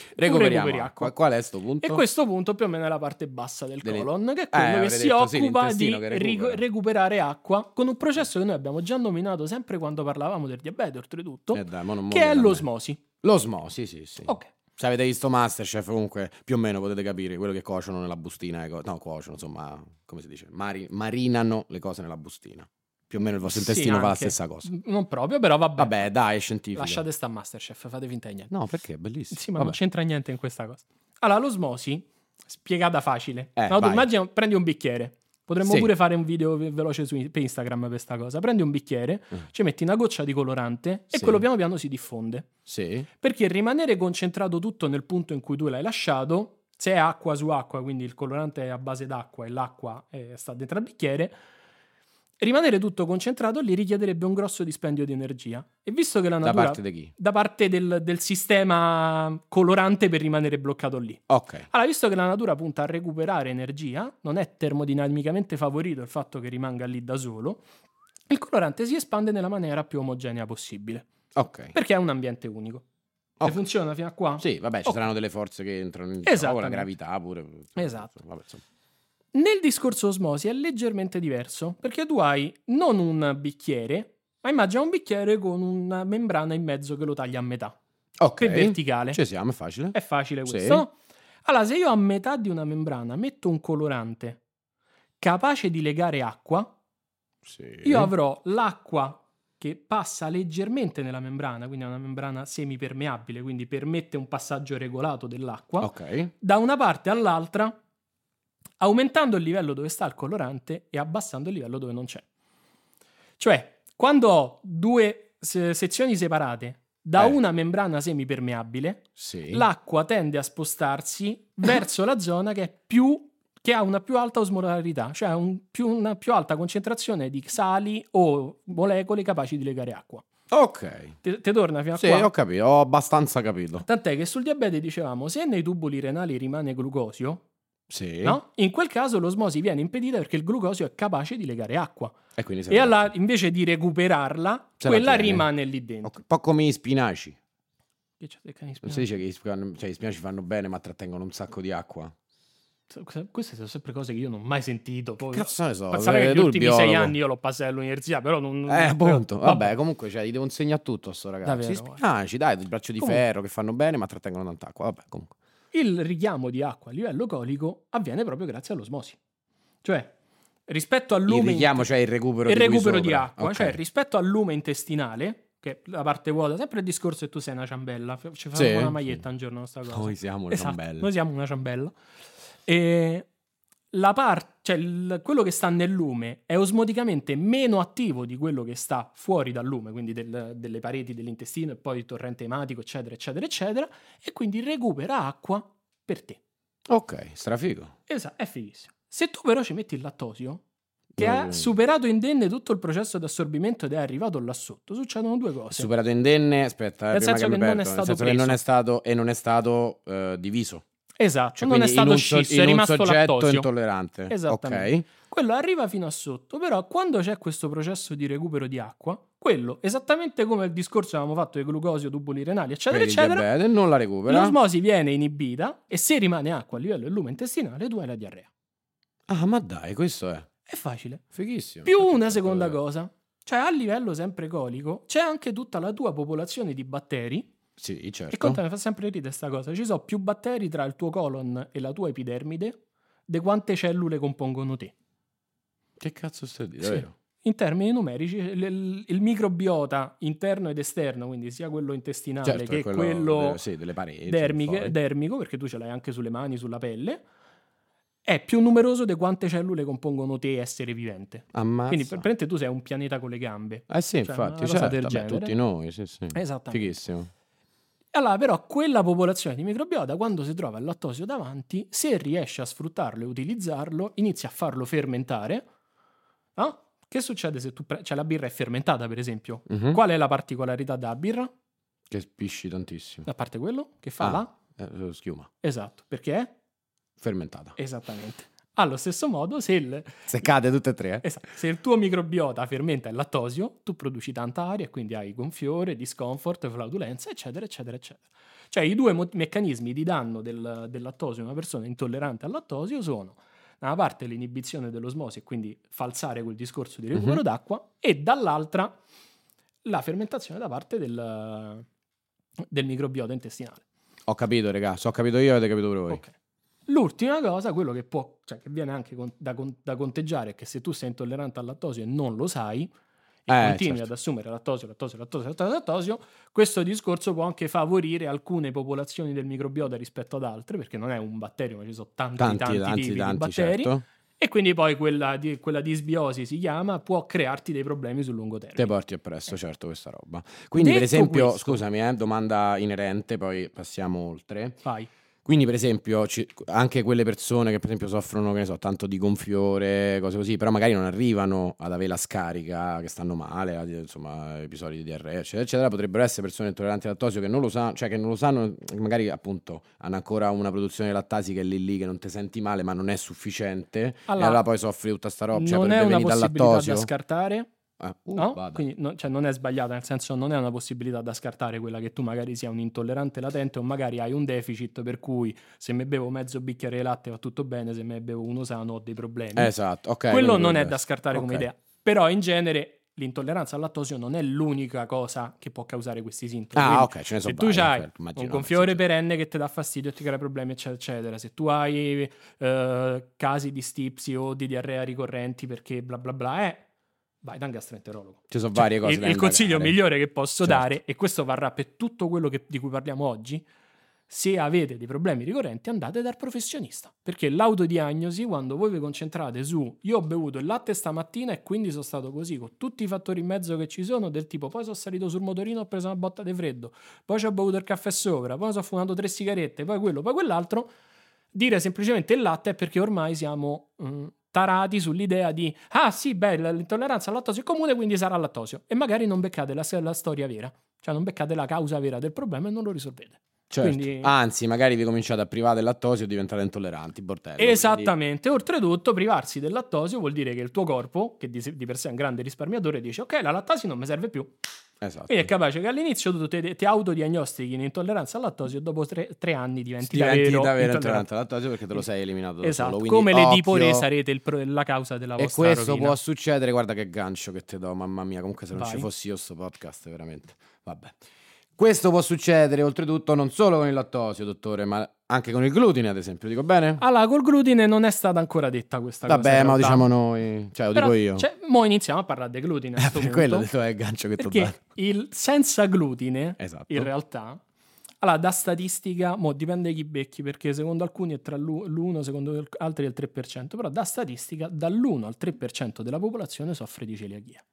S1: recuperi
S2: acqua.
S1: acqua.
S2: Qual è sto punto?
S1: ecco. E questo punto più o meno è la parte bassa del
S2: Delle-
S1: colon, che è
S2: Eh,
S1: quello
S2: avrei
S1: che si
S2: detto, sì,
S1: occupa di
S2: l'intestino che recupera.
S1: ricu- recuperare acqua con un processo che noi abbiamo già nominato sempre quando parlavamo del diabete, oltretutto,
S2: Eh, dai, mo non
S1: che
S2: muovi
S1: è
S2: da me.
S1: l'osmosi.
S2: L'osmosi, sì, sì.
S1: Ok.
S2: Se avete visto Masterchef, comunque più o meno potete capire quello che cuociono nella bustina. le co- No, cuociono, insomma, come si dice? Mari- marinano le cose nella bustina. Più o meno il vostro
S1: Sì,
S2: intestino fa la
S1: anche.
S2: stessa cosa.
S1: N- Non proprio, però vabbè.
S2: Vabbè, dai, è scientifico.
S1: Lasciate sta Masterchef, fate finta di niente.
S2: No, perché è bellissimo.
S1: Sì, ma non
S2: Vabbè.
S1: c'entra niente in questa cosa. Allora, l'osmosi, spiegata facile.
S2: Eh,
S1: no, tu
S2: vai.
S1: immagina, prendi un bicchiere. Potremmo
S2: Sì.
S1: pure fare un video ve- veloce su in- per Instagram per questa cosa. Prendi un bicchiere,
S2: Mm.
S1: ci metti una goccia di colorante e
S2: Sì.
S1: quello piano piano si diffonde.
S2: Sì,
S1: Perché rimanere concentrato tutto nel punto in cui tu l'hai lasciato, se è acqua su acqua, quindi il colorante è a base d'acqua e l'acqua eh, sta dentro al bicchiere, rimanere tutto concentrato lì richiederebbe un grosso dispendio di energia. E visto che la
S2: da
S1: natura...
S2: parte di chi?
S1: da parte del, del sistema colorante per rimanere bloccato lì.
S2: Ok.
S1: Allora, visto che la natura punta a recuperare energia, non è termodinamicamente favorito il fatto che rimanga lì da solo, il colorante si espande nella maniera più omogenea possibile,
S2: Ok.
S1: perché è un ambiente unico.
S2: Ok.
S1: Se funziona fino a qua?
S2: Sì, vabbè, ci
S1: Ok.
S2: saranno delle forze che entrano in gioco, la
S1: Esattamente.
S2: gravità pure.
S1: Esatto.
S2: Vabbè, insomma.
S1: Nel discorso osmosi è leggermente diverso, perché tu hai non un bicchiere, Ma immagina un bicchiere con una membrana in mezzo che lo taglia a metà,
S2: Ok,
S1: che è verticale.
S2: ci siamo, è facile.
S1: È facile
S2: Sì.
S1: questo. no? Allora, se io a metà di una membrana metto un colorante capace di legare acqua,
S2: Sì.
S1: io avrò l'acqua che passa leggermente nella membrana, quindi è una membrana semipermeabile, quindi permette un passaggio regolato dell'acqua,
S2: Ok.
S1: da una parte all'altra, aumentando il livello dove sta il colorante e abbassando il livello dove non c'è. Cioè, quando ho due se- sezioni separate da
S2: Eh.
S1: una membrana semipermeabile,
S2: Sì.
S1: l'acqua tende a
S2: [laughs]
S1: spostarsi verso la zona che, è più, che ha una più alta osmolarità, cioè un più- una più alta concentrazione di sali o molecole capaci di legare acqua.
S2: Ok.
S1: Te, te torna fino a
S2: Sì,
S1: qua?
S2: ho capito, ho abbastanza capito.
S1: Tant'è che sul diabete dicevamo, se nei tubuli renali rimane glucosio,
S2: Sì.
S1: no? in quel caso l'osmosi viene impedita perché il glucosio è capace di legare acqua.
S2: E quindi se
S1: e
S2: la-
S1: alla, invece di recuperarla,
S2: Se la
S1: quella
S2: tiene.
S1: rimane lì dentro.
S2: Ok, Un po' come i spinaci.
S1: Che c'è del cane
S2: Non
S1: spinato?
S2: si dice che gli sp- cioè, gli spinaci fanno bene, ma trattengono un sacco di acqua.
S1: Queste sono sempre cose che io non ho mai sentito. poi-
S2: Cazzo ne so.
S1: Pensate
S2: eh,
S1: che gli
S2: tu il
S1: ultimi sei
S2: biologo.
S1: anni io l'ho passato all'università, però non...
S2: Eh, appunto.
S1: però-
S2: Vabbè, comunque, cioè, gli devo insegnare tutto a sto ragazzo.
S1: Davvero,
S2: Gli
S1: guarda.
S2: spinaci, dai, il braccio di
S1: Comunque-
S2: ferro che fanno bene, ma trattengono tanta acqua. Vabbè, comunque.
S1: Il richiamo di acqua a livello colico avviene proprio grazie all'osmosi. Cioè, rispetto al
S2: Il
S1: lume...
S2: richiamo,
S1: inte-
S2: cioè il recupero
S1: il
S2: di, qui
S1: recupero di
S2: sopra.
S1: acqua,
S2: Ok.
S1: cioè rispetto al lume intestinale, che è la parte vuota, sempre il discorso che tu sei una ciambella, f- ci
S2: Sì.
S1: faremo una maglietta un giorno sta cosa.
S2: Noi siamo le
S1: Esatto,
S2: ciambelle.
S1: Noi siamo una ciambella. E la parte, cioè il- quello che sta nel lume è osmoticamente meno attivo di quello che sta fuori dal lume, quindi del- delle pareti dell'intestino e poi il torrente ematico, eccetera, eccetera, eccetera, e quindi recupera acqua per te.
S2: Ok, strafigo.
S1: Esatto, è fighissimo. Se tu però ci metti il lattosio, che
S2: Mm.
S1: ha superato indenne tutto il processo di assorbimento ed è arrivato là sotto, succedono due cose.
S2: Superato indenne, aspetta,
S1: Oh,
S2: eh,
S1: Nel
S2: prima che
S1: senso
S2: mi
S1: che non è
S2: perdo,
S1: stato
S2: nel senso che
S1: preso.
S2: non è stato e non è stato eh, diviso.
S1: esatto,
S2: Cioè,
S1: non è
S2: quindi in
S1: stato
S2: un so-
S1: scisso, è
S2: in un
S1: rimasto
S2: soggetto
S1: lattosio.
S2: intollerante.
S1: Esattamente.
S2: Ok.
S1: Quello arriva fino a sotto, però quando c'è questo processo di recupero di acqua, quello, esattamente come il discorso che avevamo fatto del glucosio, tubuli renali, eccetera,
S2: Vedi,
S1: eccetera,
S2: diabete, non la recupera.
S1: l'osmosi viene inibita e se rimane acqua a livello del lume intestinale, tu hai la diarrea.
S2: Ah, ma dai, questo è
S1: È facile.
S2: fighissimo.
S1: Più
S2: Infatti,
S1: una
S2: infatti,
S1: seconda
S2: eh,
S1: cosa, cioè a livello sempre colico, c'è anche tutta la tua popolazione di batteri.
S2: Sì, certo.
S1: E conta, mi fa sempre ridere sta cosa. Ci sono più batteri tra il tuo colon e la tua epidermide di quante cellule compongono te.
S2: Che cazzo stai dicendo?
S1: Sì.
S2: Vero?
S1: In termini numerici, l- l- il microbiota interno ed esterno, quindi sia quello intestinale
S2: Certo,
S1: che
S2: è
S1: quello,
S2: de- sì, delle pareti.
S1: dermiche-
S2: fuori.
S1: dermico, perché tu ce l'hai anche sulle mani, sulla pelle, è più numeroso di quante cellule compongono te essere vivente.
S2: Ammazza.
S1: Quindi praticamente tu sei un pianeta con le gambe.
S2: Eh sì,
S1: cioè,
S2: infatti,
S1: una cosa
S2: certo,
S1: del
S2: vabbè,
S1: genere.
S2: tutti noi, sì, sì.
S1: Esattamente.
S2: Fighissimo.
S1: Allora, però, quella popolazione di microbiota, quando si trova il lattosio davanti, se riesce a sfruttarlo e utilizzarlo, inizia a farlo fermentare. no? Che succede se tu pre- cioè, la birra è fermentata, per esempio?
S2: Mhm.
S1: Qual è la particolarità della birra?
S2: Che spisci tantissimo.
S1: A parte quello che fa
S2: Ah.
S1: là?
S2: Eh, schiuma,
S1: Esatto, perché è?
S2: fermentata.
S1: Esattamente. Allo stesso modo, se il,
S2: Seccate tutte e tre, eh?
S1: esatto, se il tuo microbiota fermenta il lattosio, tu produci tanta aria e quindi hai gonfiore, discomfort, flautulenza, eccetera, eccetera, eccetera. Cioè i due mo- meccanismi di danno del, del lattosio in una persona intollerante al lattosio sono da una parte l'inibizione dell'osmosi e quindi falsare quel discorso di recupero
S2: Mhm.
S1: d'acqua e dall'altra la fermentazione da parte del, del microbiota intestinale.
S2: Ho capito, regà, so ho capito io, avete capito pure voi.
S1: Ok. L'ultima cosa, quello che può, cioè che viene anche con- da, con- da conteggiare, è che se tu sei intollerante al lattosio e non lo sai, e
S2: Eh,
S1: continui
S2: certo.
S1: ad assumere lattosio, lattosio, lattosio, lattosio, lattosio, questo discorso può anche favorire alcune popolazioni del microbiota rispetto ad altre, perché non è un batterio, ma ci sono tanti, tanti,
S2: Tanti, tanti, tanti,
S1: tipi di batteri,
S2: certo.
S1: e quindi poi quella, di- quella disbiosi si chiama, può crearti dei problemi sul lungo
S2: Te
S1: termine.
S2: porti appresso, certo, questa roba. Quindi, per
S1: Detto
S2: esempio,
S1: questo-
S2: scusami, eh, domanda inerente, poi passiamo oltre.
S1: Vai.
S2: Quindi, per esempio, ci- anche quelle persone che, per esempio, soffrono, che ne so, tanto di gonfiore, cose così, però magari non arrivano ad avere la scarica, che stanno male, ad- insomma, episodi di diarrea, eccetera, eccetera, potrebbero essere persone intolleranti al lattosio che non lo sanno, cioè che non lo sanno, che magari appunto hanno ancora una produzione di lattasi che è lì lì, che non ti senti male, ma non è sufficiente,
S1: Allora,
S2: e allora poi soffri tutta sta roba, cioè
S1: non è
S2: potrebbe
S1: una
S2: venire dal
S1: possibilità da
S2: lattosio.
S1: scartare,
S2: Ah, uh,
S1: No?
S2: vada.
S1: Quindi no- cioè, non è sbagliata, nel senso non è una possibilità da scartare quella che tu magari sia un intollerante latente o magari hai un deficit per cui se me bevo mezzo bicchiere di latte va tutto bene, se me bevo uno sano ho dei problemi.
S2: Esatto, ok.
S1: Quello
S2: quindi
S1: non è
S2: potrebbe
S1: da scartare come
S2: Ok.
S1: idea, però in genere l'intolleranza al lattosio non è l'unica cosa che può causare questi sintomi.
S2: Ah,
S1: Quindi,
S2: ok, ce ne sono
S1: se tu
S2: varie,
S1: hai
S2: certo, immagino,
S1: un
S2: no,
S1: gonfiore
S2: sì,
S1: perenne che ti dà fastidio e ti crea problemi, eccetera, eccetera, se tu hai eh, casi di stipsi o di diarrea ricorrenti perché bla bla bla, eh, vai da un gastroenterologo.
S2: Ci sono
S1: Cioè,
S2: varie cose
S1: il,
S2: da
S1: il consiglio
S2: indagare.
S1: migliore che posso
S2: Certo.
S1: dare, e questo varrà per tutto quello che- di cui parliamo oggi, se avete dei problemi ricorrenti andate dal professionista, perché l'autodiagnosi, quando voi vi concentrate su io ho bevuto il latte stamattina e quindi sono stato così, con tutti i fattori in mezzo che ci sono, del tipo poi sono salito sul motorino, ho preso una botta di freddo, poi ci ho bevuto il caffè sopra, poi sono fumato tre sigarette, poi quello, poi quell'altro, dire semplicemente il latte è perché ormai siamo mm, tarati sull'idea di ah sì, beh, l- l'intolleranza al lattosio è comune, quindi sarà lattosio. E magari non beccate la, la storia vera, cioè non beccate la causa vera del problema e non lo risolvete.
S2: Certo.
S1: quindi-
S2: Anzi, magari vi cominciate a privare del lattosio e diventate intolleranti, bordello.
S1: Esattamente, oltretutto privarsi del lattosio vuol dire che il tuo corpo, che di, di per sé è un grande risparmiatore, dice ok la lattasi non mi serve più,
S2: Quindi- esatto.
S1: quindi è capace che all'inizio tu te- ti, autodiagnostichi in intolleranza al lattosio e dopo tre, tre anni diventi,
S2: diventi
S1: davvero,
S2: davvero
S1: intollerante.
S2: intollerante al lattosio perché te lo sei eliminato da
S1: Esatto,
S2: solo. Quindi
S1: come l'edipore
S2: occhio.
S1: sarete il pro- la causa della
S2: E
S1: vostra
S2: questo
S1: rovina.
S2: può succedere, guarda che gancio che ti do, mamma mia, comunque se non
S1: Vai.
S2: ci fossi io sto podcast veramente, vabbè. Questo può succedere oltretutto non solo con il lattosio, dottore, ma anche con il glutine, ad esempio, dico bene?
S1: Allora, col glutine non è stata ancora detta Ah, questa cosa.
S2: vabbè,
S1: in
S2: ma lo
S1: realtà.
S2: diciamo noi, cioè lo
S1: Però,
S2: dico io.
S1: Cioè, mo iniziamo a parlare del glutine. a
S2: Eh,
S1: sto
S2: [laughs] per
S1: punto,
S2: quello ho detto è il gancio che ti ho dato.
S1: perché il senza glutine,
S2: Esatto.
S1: in realtà, allora, da statistica, mo dipende chi becchi, perché secondo alcuni è tra l'u- l'1, secondo il- altri è il 3%, però da statistica dall'1 al 3% della popolazione soffre di celiachia,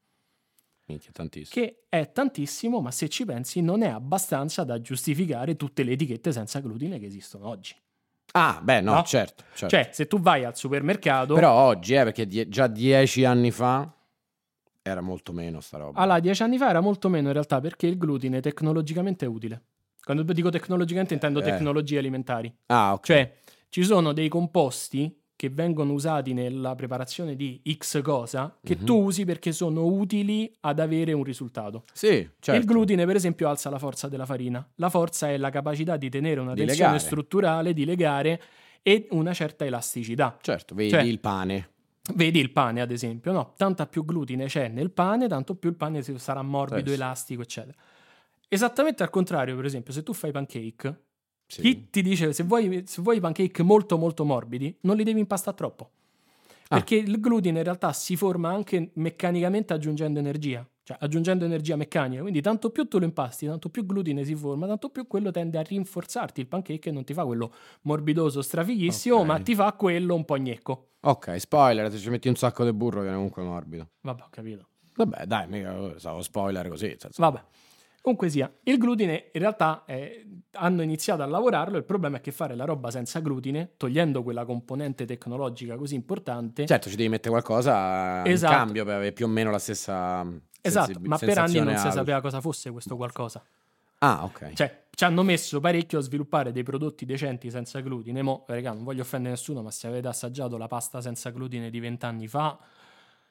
S2: Minchia, tantissimo.
S1: che è tantissimo, ma se ci pensi non è abbastanza da giustificare tutte le etichette senza glutine che esistono oggi.
S2: Ah, beh, no,
S1: No?
S2: certo, certo.
S1: Cioè, se tu vai al supermercato...
S2: Però oggi, eh, perché die- già dieci anni fa era molto meno sta roba.
S1: Allora, dieci anni fa era molto meno in realtà perché il glutine tecnologicamente è utile. Quando dico tecnologicamente intendo
S2: Eh.
S1: tecnologie alimentari.
S2: ah, ok.
S1: Cioè, ci sono dei composti che vengono usati nella preparazione di X cosa che
S2: Mhm.
S1: tu usi perché sono utili ad avere un risultato.
S2: sì, certo.
S1: Il glutine, per esempio, alza la forza della farina. La forza è la capacità di tenere una
S2: Di
S1: tensione
S2: legare.
S1: strutturale, di legare e una certa elasticità.
S2: Certo, vedi
S1: Cioè-
S2: il pane.
S1: Vedi il pane, ad esempio, no? Tanta più glutine c'è nel pane, tanto più il pane si- sarà morbido,
S2: Sì, sì.
S1: elastico, eccetera. Esattamente al contrario, per esempio, se tu fai pancake,
S2: Sì.
S1: chi ti dice se vuoi, se vuoi i pancake molto molto morbidi, non li devi impastare troppo.
S2: Ah.
S1: Perché il glutine in realtà si forma anche meccanicamente aggiungendo energia, cioè aggiungendo energia meccanica. Quindi tanto più tu lo impasti, tanto più glutine si forma, tanto più quello tende a rinforzarti il pancake e non ti fa quello morbidoso strafighissimo,
S2: Ok.
S1: ma ti fa quello un po' gnecco.
S2: Ok, spoiler, se ci metti un sacco di burro viene comunque morbido.
S1: Vabbè, ho capito.
S2: Vabbè, dai, mica stavo spoiler così. cioè, nel senso.
S1: Vabbè. Comunque sia, il glutine in realtà eh, hanno iniziato a lavorarlo, il problema è che fare la roba senza glutine, togliendo quella componente tecnologica così importante,
S2: Certo, ci devi mettere qualcosa
S1: Esatto.
S2: in cambio per avere più o meno la stessa mh,
S1: esatto,
S2: sensibi-
S1: ma per anni
S2: sensazione
S1: non si
S2: al-
S1: sapeva cosa fosse questo qualcosa.
S2: Ah, ok.
S1: Cioè, ci hanno messo parecchio a sviluppare dei prodotti decenti senza glutine, mo, raga, non voglio offendere nessuno, ma se avete assaggiato la pasta senza glutine di vent'anni fa,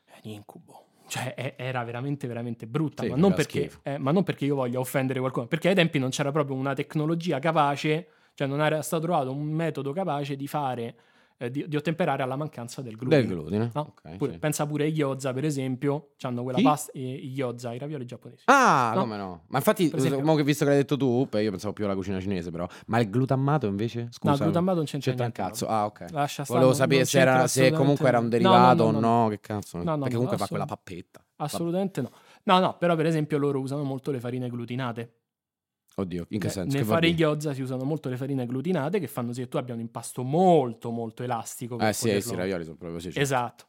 S1: è un incubo. Cioè, è- era veramente, veramente brutta,
S2: Sì,
S1: ma, non
S2: era
S1: perché,
S2: schifo.
S1: eh, ma non perché io voglia offendere qualcuno, perché ai tempi non c'era proprio una tecnologia capace, cioè non era stato trovato un metodo capace di fare, eh, di, di ottemperare alla mancanza del glutine.
S2: Del glutine.
S1: No?
S2: ok,
S1: Pure-
S2: sì.
S1: Pensa pure ai gyoza, per esempio, hanno quella
S2: Chi?
S1: pasta, i i gyoza, i ravioli giapponesi.
S2: Ah,
S1: No.
S2: come no? Ma infatti,
S1: Per esempio-
S2: mo che visto che l'hai detto tu, beh, io pensavo più alla cucina cinese, però. Ma il glutammato invece? Scusa.
S1: No, il glutammato non c'entra,
S2: C'entra un
S1: niente,
S2: cazzo.
S1: no.
S2: Ah, ok.
S1: Lascia stare,
S2: Volevo
S1: non-
S2: sapere
S1: non
S2: se, era,
S1: c'entra
S2: se comunque era un
S1: assolutamente-
S2: derivato o no, Che cazzo.
S1: No, no,
S2: Perché
S1: no,
S2: comunque fa
S1: assolut-
S2: quella pappetta.
S1: Assolutamente no. No, no, però per esempio loro usano molto le farine glutinate.
S2: Oddio, in che
S1: Eh,
S2: senso?
S1: Nel
S2: Che vuol
S1: fare i
S2: dire?
S1: gyoza si usano molto le farine glutinate che fanno sì che tu abbia un impasto molto molto elastico. per
S2: Eh sì, eh, sì, i
S1: poterlo-
S2: ravioli sono proprio così. cioè.
S1: Esatto.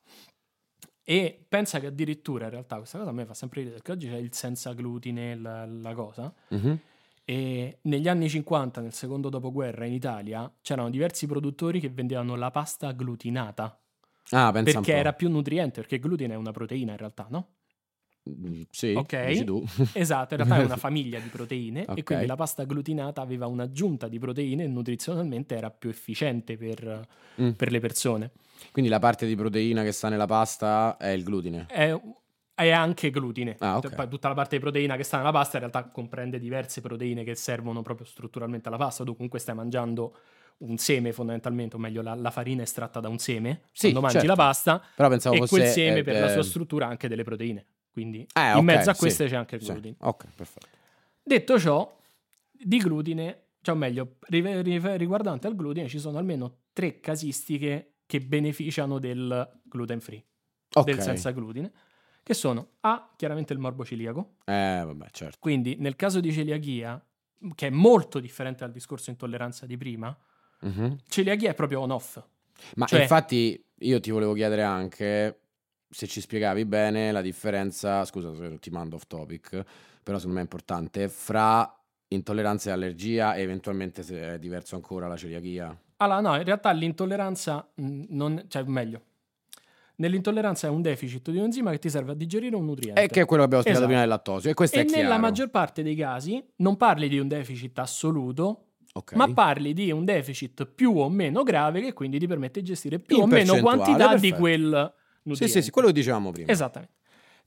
S1: E pensa che addirittura in realtà questa cosa a me fa sempre ridere perché oggi c'è il senza glutine, la, la cosa.
S2: Mhm.
S1: E negli anni 50, nel secondo dopoguerra in Italia, c'erano diversi produttori che vendevano la pasta glutinata
S2: Ah, pensa un
S1: perché
S2: po'.
S1: era più nutriente, perché il glutine è una proteina in realtà, no?
S2: Mm, Sì,
S1: Ok.
S2: dici tu. [laughs]
S1: Esatto, in realtà è una famiglia di proteine
S2: Ok.
S1: e quindi la pasta glutinata aveva un'aggiunta di proteine e nutrizionalmente era più efficiente per,
S2: Mm.
S1: per le persone.
S2: Quindi la parte di proteina che sta nella pasta è il glutine.
S1: È, è anche glutine.
S2: Ah, ok.
S1: Poi tutta la parte di proteina che sta nella pasta in realtà comprende diverse proteine che servono proprio strutturalmente alla pasta. Tu comunque stai mangiando un seme fondamentalmente, o meglio la, la farina estratta da un seme,
S2: Sì,
S1: quando mangi
S2: certo.
S1: la pasta,
S2: Però pensavo
S1: e
S2: fosse
S1: quel seme
S2: eh,
S1: per la
S2: eh,
S1: sua struttura ha anche delle proteine. Quindi
S2: Eh,
S1: in
S2: ok,
S1: mezzo a
S2: sì,
S1: queste c'è anche il
S2: sì,
S1: glutine.
S2: Ok, perfetto.
S1: Detto ciò, di glutine, cioè o meglio, ri- ri- riguardante al glutine ci sono almeno tre casistiche che beneficiano del gluten free,
S2: Ok.
S1: del senza glutine, che sono A, chiaramente il morbo celiaco,
S2: Eh, vabbè, certo.
S1: quindi nel caso di celiachia, che è molto differente dal discorso intolleranza di prima,
S2: Mhm.
S1: celiachia è proprio on-off.
S2: Ma
S1: Cioè-
S2: infatti io ti volevo chiedere anche se ci spiegavi bene la differenza, scusa se ti mando off topic, però secondo me è importante, fra intolleranza e allergia e eventualmente se è diverso ancora la celiachia.
S1: Allora, no, in realtà l'intolleranza, mh, non, cioè meglio, nell'intolleranza è un deficit di un enzima che ti serve a digerire un nutriente.
S2: E Eh, che è quello che abbiamo spiegato
S1: Esatto.
S2: prima del lattosio. E questo
S1: E
S2: è chiaro.
S1: nella maggior parte dei casi non parli di un deficit assoluto,
S2: Ok.
S1: ma parli di un deficit più o meno grave che quindi ti permette di gestire più
S2: In
S1: o meno
S2: percentuale,
S1: quantità di
S2: perfetto.
S1: quel
S2: Sì,
S1: nutriente.
S2: sì, sì, quello che dicevamo prima.
S1: Esattamente.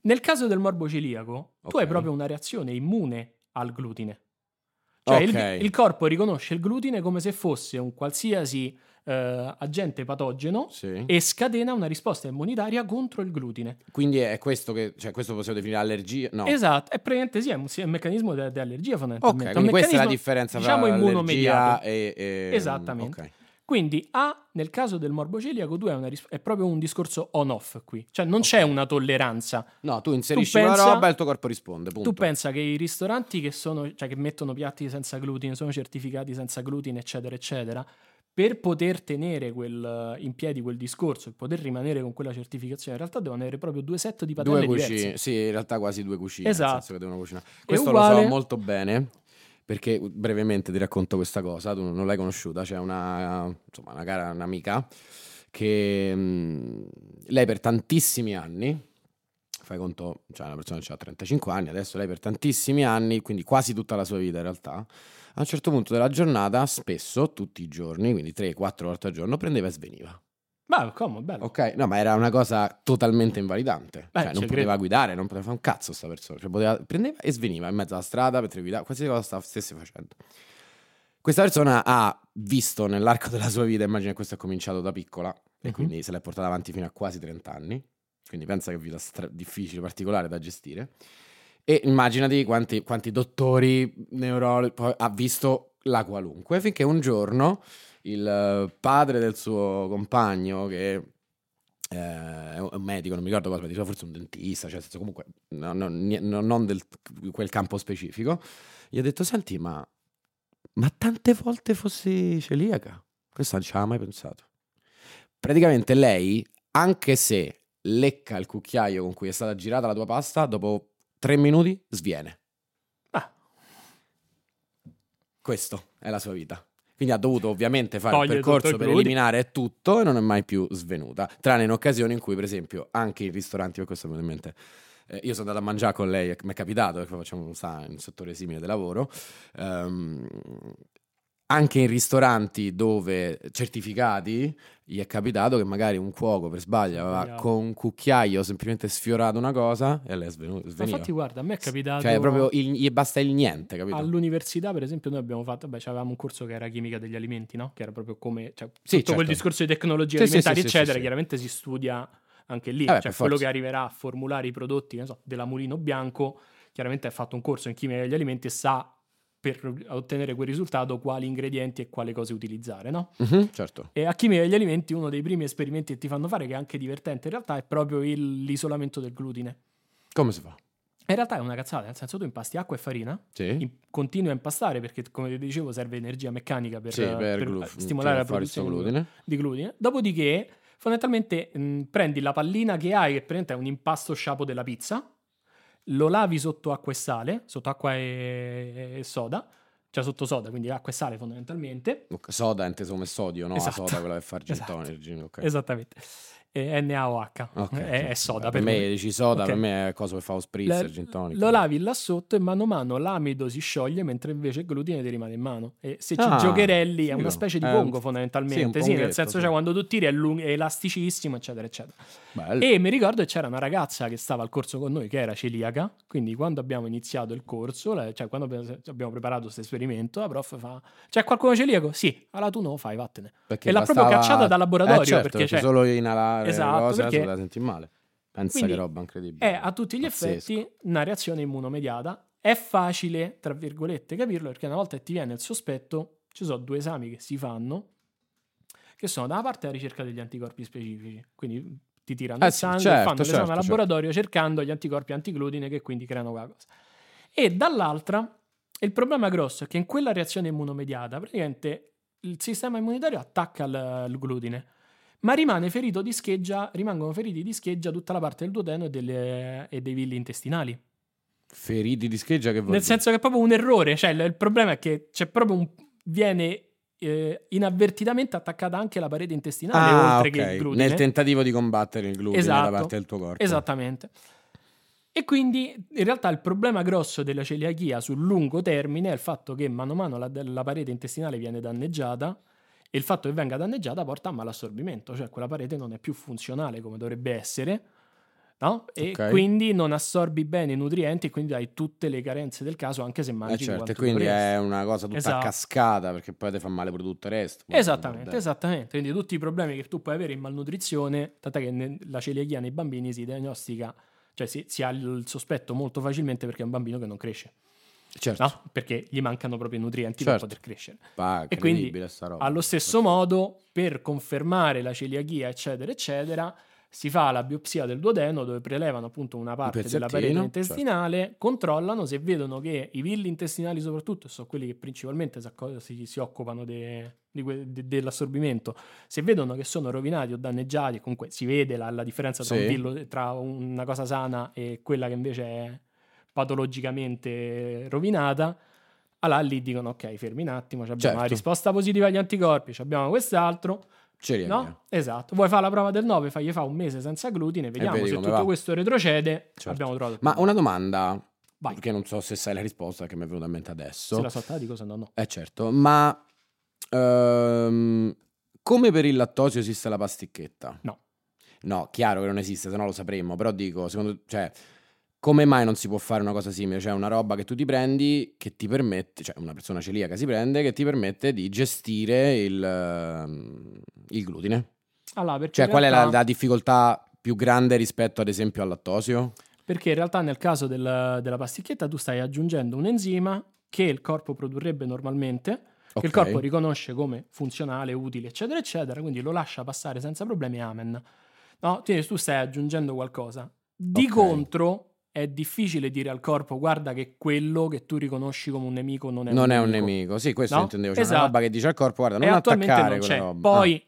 S1: Nel caso del morbo celiaco, tu
S2: Ok.
S1: hai proprio una reazione immune al glutine. Cioè
S2: Ok.
S1: il, il corpo riconosce il glutine come se fosse un qualsiasi eh, agente patogeno
S2: Sì.
S1: e scatena una risposta immunitaria contro il glutine.
S2: Quindi è questo che, cioè questo possiamo definire allergia? No.
S1: Esatto, è praticamente sì, è un, sì, è un meccanismo di, di allergia fondamentalmente.
S2: Ok,
S1: Un
S2: quindi questa è la
S1: meccanismo-
S2: differenza
S1: diciamo
S2: fra allergia
S1: immunomediato.
S2: e, e...
S1: Esattamente.
S2: ok.
S1: Quindi A, nel caso del morbo celiaco, tu hai una ris- è proprio un discorso on-off qui, cioè non c'è una tolleranza.
S2: No, tu inserisci
S1: pensa-
S2: una roba e il tuo corpo risponde, punto.
S1: Tu pensa che i ristoranti che, sono, cioè, che mettono piatti senza glutine, sono certificati senza glutine, eccetera, eccetera, per poter tenere quel, in piedi quel discorso e poter rimanere con quella certificazione, in realtà devono avere proprio due set di
S2: due
S1: padelle diverse.
S2: cucine, sì, in realtà quasi due cucine,
S1: Esatto.
S2: nel senso che devono cucinare. Questo lo
S1: uguale-
S2: so molto bene perché uh, brevemente ti racconto questa cosa, tu non l'hai conosciuta, c'è una insomma, una cara un'amica che mm, lei per tantissimi anni fai conto, cioè una persona che ha 35 anni, adesso lei per tantissimi anni, quindi quasi tutta la sua vita in realtà, a un certo punto della giornata, spesso, tutti i giorni, quindi 3-4 volte al giorno, prendeva e sveniva.
S1: Ma come, bello.
S2: Ok, no, ma era una cosa totalmente invalidante.
S1: Beh,
S2: cioè, non
S1: ci
S2: poteva guidare, non poteva fare un cazzo sta persona. Cioè, poteva- prendeva e sveniva in mezzo alla strada mentre guidava, qualsiasi cosa sta- stesse facendo. Questa persona ha visto nell'arco della sua vita, immagino che questo è cominciato da piccola, e
S1: Mhm.
S2: quindi se l'è portata avanti fino a quasi 30 anni. Quindi pensa che vita stra- difficile, particolare da gestire. E immaginati quanti, quanti dottori, neurologi, poi ha visto la qualunque, finché un giorno il eh, padre del suo compagno, che eh, è un è un medico, non mi ricordo cosa, ma diceva forse un dentista, cioè nel senso, comunque no- no- ni- no- non del quel campo specifico, gli ha detto, senti, ma, ma tante volte fossi celiaca? Questo non ci aveva mai pensato. Praticamente lei, anche se lecca il cucchiaio con cui è stata girata la tua pasta, dopo tre minuti sviene.
S1: Ah.
S2: Questo è la sua vita. Quindi ha dovuto ovviamente fare
S1: Toglie
S2: un
S1: tutto
S2: percorso
S1: il
S2: per
S1: glutine.
S2: eliminare tutto e non è mai più svenuta, tranne in occasioni in cui, per esempio, anche in ristoranti, per questo mi viene in mente eh, io sono andato a mangiare con lei, mi è capitato, perché facciamo un, sa- un settore simile di lavoro. ehm, anche in ristoranti dove certificati gli è capitato che magari un cuoco per sbaglio aveva
S1: Sbagliato.
S2: con un cucchiaio semplicemente sfiorato una cosa e lei è svenu-
S1: Ma
S2: sveniva.
S1: infatti guarda, a me è capitato...
S2: Cioè, proprio il- gli basta il niente, capito?
S1: All'università, per esempio, noi abbiamo fatto, beh, avevamo un corso che era chimica degli alimenti, no? Che era proprio come cioè, tutto
S2: Sì,
S1: quel
S2: certo.
S1: discorso di tecnologie
S2: Sì, sì,
S1: alimentari,
S2: sì, sì,
S1: eccetera.
S2: sì, sì.
S1: Chiaramente si studia anche lì,
S2: Eh beh, per
S1: cioè
S2: forza.
S1: quello che arriverà a formulare i prodotti, che ne so, dell'amulino bianco, chiaramente ha fatto un corso in chimica degli alimenti e sa per ottenere quel risultato quali ingredienti e quali cose utilizzare, no?
S2: Mhm, certo.
S1: E a chimica degli alimenti uno dei primi esperimenti che ti fanno fare, che è anche divertente in realtà, è proprio il- l'isolamento del glutine.
S2: Come si fa?
S1: In realtà è una cazzata, nel senso tu impasti acqua e farina,
S2: Sì.
S1: in- continui a impastare perché, come vi dicevo, serve energia meccanica per,
S2: Sì, per,
S1: per eh,
S2: gluf-
S1: stimolare
S2: tirar
S1: la
S2: fuori sto
S1: produzione
S2: glutine.
S1: di glutine. Dopodiché, fondamentalmente, mh, prendi la pallina che hai, che praticamente è un impasto sciapo della pizza, lo lavi sotto acqua e sale, sotto acqua e, e soda, cioè sotto soda, quindi acqua e sale fondamentalmente.
S2: Ok, Soda è inteso come sodio, no?
S1: Esatto.
S2: La soda quella per fare gin
S1: Esatto.
S2: tonic, ok.
S1: Esattamente. Eh, NaOH
S2: Ok,
S1: è, è
S2: sì.
S1: soda
S2: per,
S1: per,
S2: me dici soda,
S1: Ok.
S2: per me è cosa per fare lo spritz, il
S1: La-
S2: gin tonic.
S1: Lo lavi là sotto e mano a mano l'amido si scioglie mentre invece il glutine ti rimane in mano. E se ci
S2: Ah,
S1: giocherelli è
S2: figo.
S1: una specie di
S2: È un-
S1: pongo
S2: sì, un
S1: fondamentalmente, sì,
S2: ponghetto,
S1: nel senso
S2: sì.
S1: cioè, quando tu tiri è, lung- è elasticissimo eccetera eccetera.
S2: Bello.
S1: E mi ricordo che c'era una ragazza che stava al corso con noi che era celiaca, quindi quando abbiamo iniziato il corso, la- cioè quando abbiamo- abbiamo preparato questo esperimento, la prof fa "C'è qualcuno celiaco?" Sì, allora tu non lo fai, vattene.
S2: Perché
S1: e l'ha proprio
S2: bastava-
S1: cacciata dal laboratorio
S2: Eh, certo,
S1: perché,
S2: perché
S1: cioè,
S2: solo inalare
S1: Esatto,
S2: cose,
S1: perché-
S2: la senti male. Pensa
S1: Quindi,
S2: che roba incredibile.
S1: È Eh, a tutti gli
S2: Pazzesco.
S1: effetti una reazione immunomediata. È facile, tra virgolette, capirlo perché una volta che ti viene il sospetto, ci sono due esami che si fanno, che sono da una parte la ricerca degli anticorpi specifici. Quindi ti tirano
S2: Eh
S1: il
S2: sì,
S1: sangue,
S2: certo,
S1: fanno l'esame
S2: certo,
S1: al laboratorio cercando gli anticorpi antiglutine che quindi creano qualcosa. E dall'altra, il problema grosso è che in quella reazione immunomediata, praticamente il sistema immunitario attacca il, il glutine, ma rimane ferito di scheggia, rimangono feriti di scheggia tutta la parte del duodeno e, delle- e dei villi intestinali.
S2: Feriti di scheggia che vuol
S1: Nel
S2: dire?
S1: senso che è proprio un errore, cioè il, il problema è che c'è proprio un... viene eh, inavvertitamente attaccata anche la parete intestinale, oltre
S2: Ah, ok.
S1: che il glutine.
S2: Nel tentativo di combattere il glutine
S1: Esatto.
S2: da parte del tuo corpo.
S1: Esattamente. E quindi in realtà il problema grosso della celiachia sul lungo termine è il fatto che mano a mano la, la parete intestinale viene danneggiata e il fatto che venga danneggiata porta a malassorbimento, cioè quella parete non è più funzionale come dovrebbe essere. No? E
S2: Ok.
S1: quindi non assorbi bene i nutrienti e quindi hai tutte le carenze del caso anche se
S2: Eh
S1: mangi
S2: certo,
S1: quanto
S2: e quindi
S1: dovresti.
S2: è una cosa tutta a
S1: Esatto.
S2: cascata perché poi ti fa male pure tutto il resto. Poi,
S1: Esattamente, esatto.
S2: guarda.
S1: esattamente. Quindi tutti i problemi che tu puoi avere in malnutrizione, tant'è che ne- la celiachia nei bambini si diagnostica, cioè si, si ha il sospetto molto facilmente perché è un bambino che non cresce,
S2: Certo,
S1: no? Perché gli mancano proprio i nutrienti
S2: Certo.
S1: per poter crescere.
S2: Pa,
S1: E quindi,
S2: incredibile sta roba.
S1: Allo stesso modo, per confermare la celiachia, eccetera, eccetera, si fa la biopsia del duodeno dove prelevano appunto una parte della parete
S2: pezzettino, certo.
S1: intestinale, controllano se vedono che i villi intestinali soprattutto, sono quelli che principalmente si, acco- si- si occupano de- di que- de- dell'assorbimento, se vedono che sono rovinati o danneggiati, comunque si vede la, la differenza tra, un
S2: Sì.
S1: villo- tra una cosa sana e quella che invece è patologicamente rovinata, allora lì dicono ok, fermi un attimo, abbiamo
S2: Certo.
S1: la risposta positiva agli anticorpi, ci abbiamo quest'altro,
S2: Ci rientra.
S1: no? Esatto, vuoi fare la prova del 9, fagli fa un mese senza glutine, vediamo
S2: Eh, vedi
S1: se
S2: come
S1: tutto
S2: va.
S1: questo retrocede,
S2: Certo.
S1: abbiamo trovato. il
S2: Ma
S1: problema.
S2: una domanda,
S1: Vai,
S2: perché non so se sai la risposta che mi è venuta in mente adesso.
S1: se la so, te la dico, se no no.
S2: Eh certo, ma ehm, come per il lattosio esiste la pasticchetta?
S1: No.
S2: No, chiaro che non esiste, se no lo sapremmo, però dico, secondo cioè, come mai non si può fare una cosa simile? Cioè una roba che tu ti prendi che ti permette, cioè una persona celiaca si prende che ti permette di gestire il, ehm, il glutine.
S1: Allora, perché,
S2: Cioè
S1: in
S2: qual è la,
S1: realtà-
S2: la difficoltà più grande rispetto ad esempio al lattosio?
S1: perché in realtà nel caso del- della pasticchetta tu stai aggiungendo un enzima che il corpo produrrebbe normalmente,
S2: Ok.
S1: che il corpo riconosce come funzionale, utile, eccetera, eccetera, quindi lo lascia passare senza problemi, amen. No, quindi tu stai aggiungendo qualcosa. Di
S2: Ok.
S1: contro è difficile dire al corpo guarda che quello che tu riconosci come un nemico non è un
S2: non è un
S1: nemico.
S2: nemico, sì, questo
S1: No?
S2: intendevo, c'è
S1: Esatto.
S2: una roba che dice al corpo guarda,
S1: E
S2: non
S1: attualmente
S2: attaccare
S1: non
S2: quella
S1: c'è.
S2: roba. Ah.
S1: Poi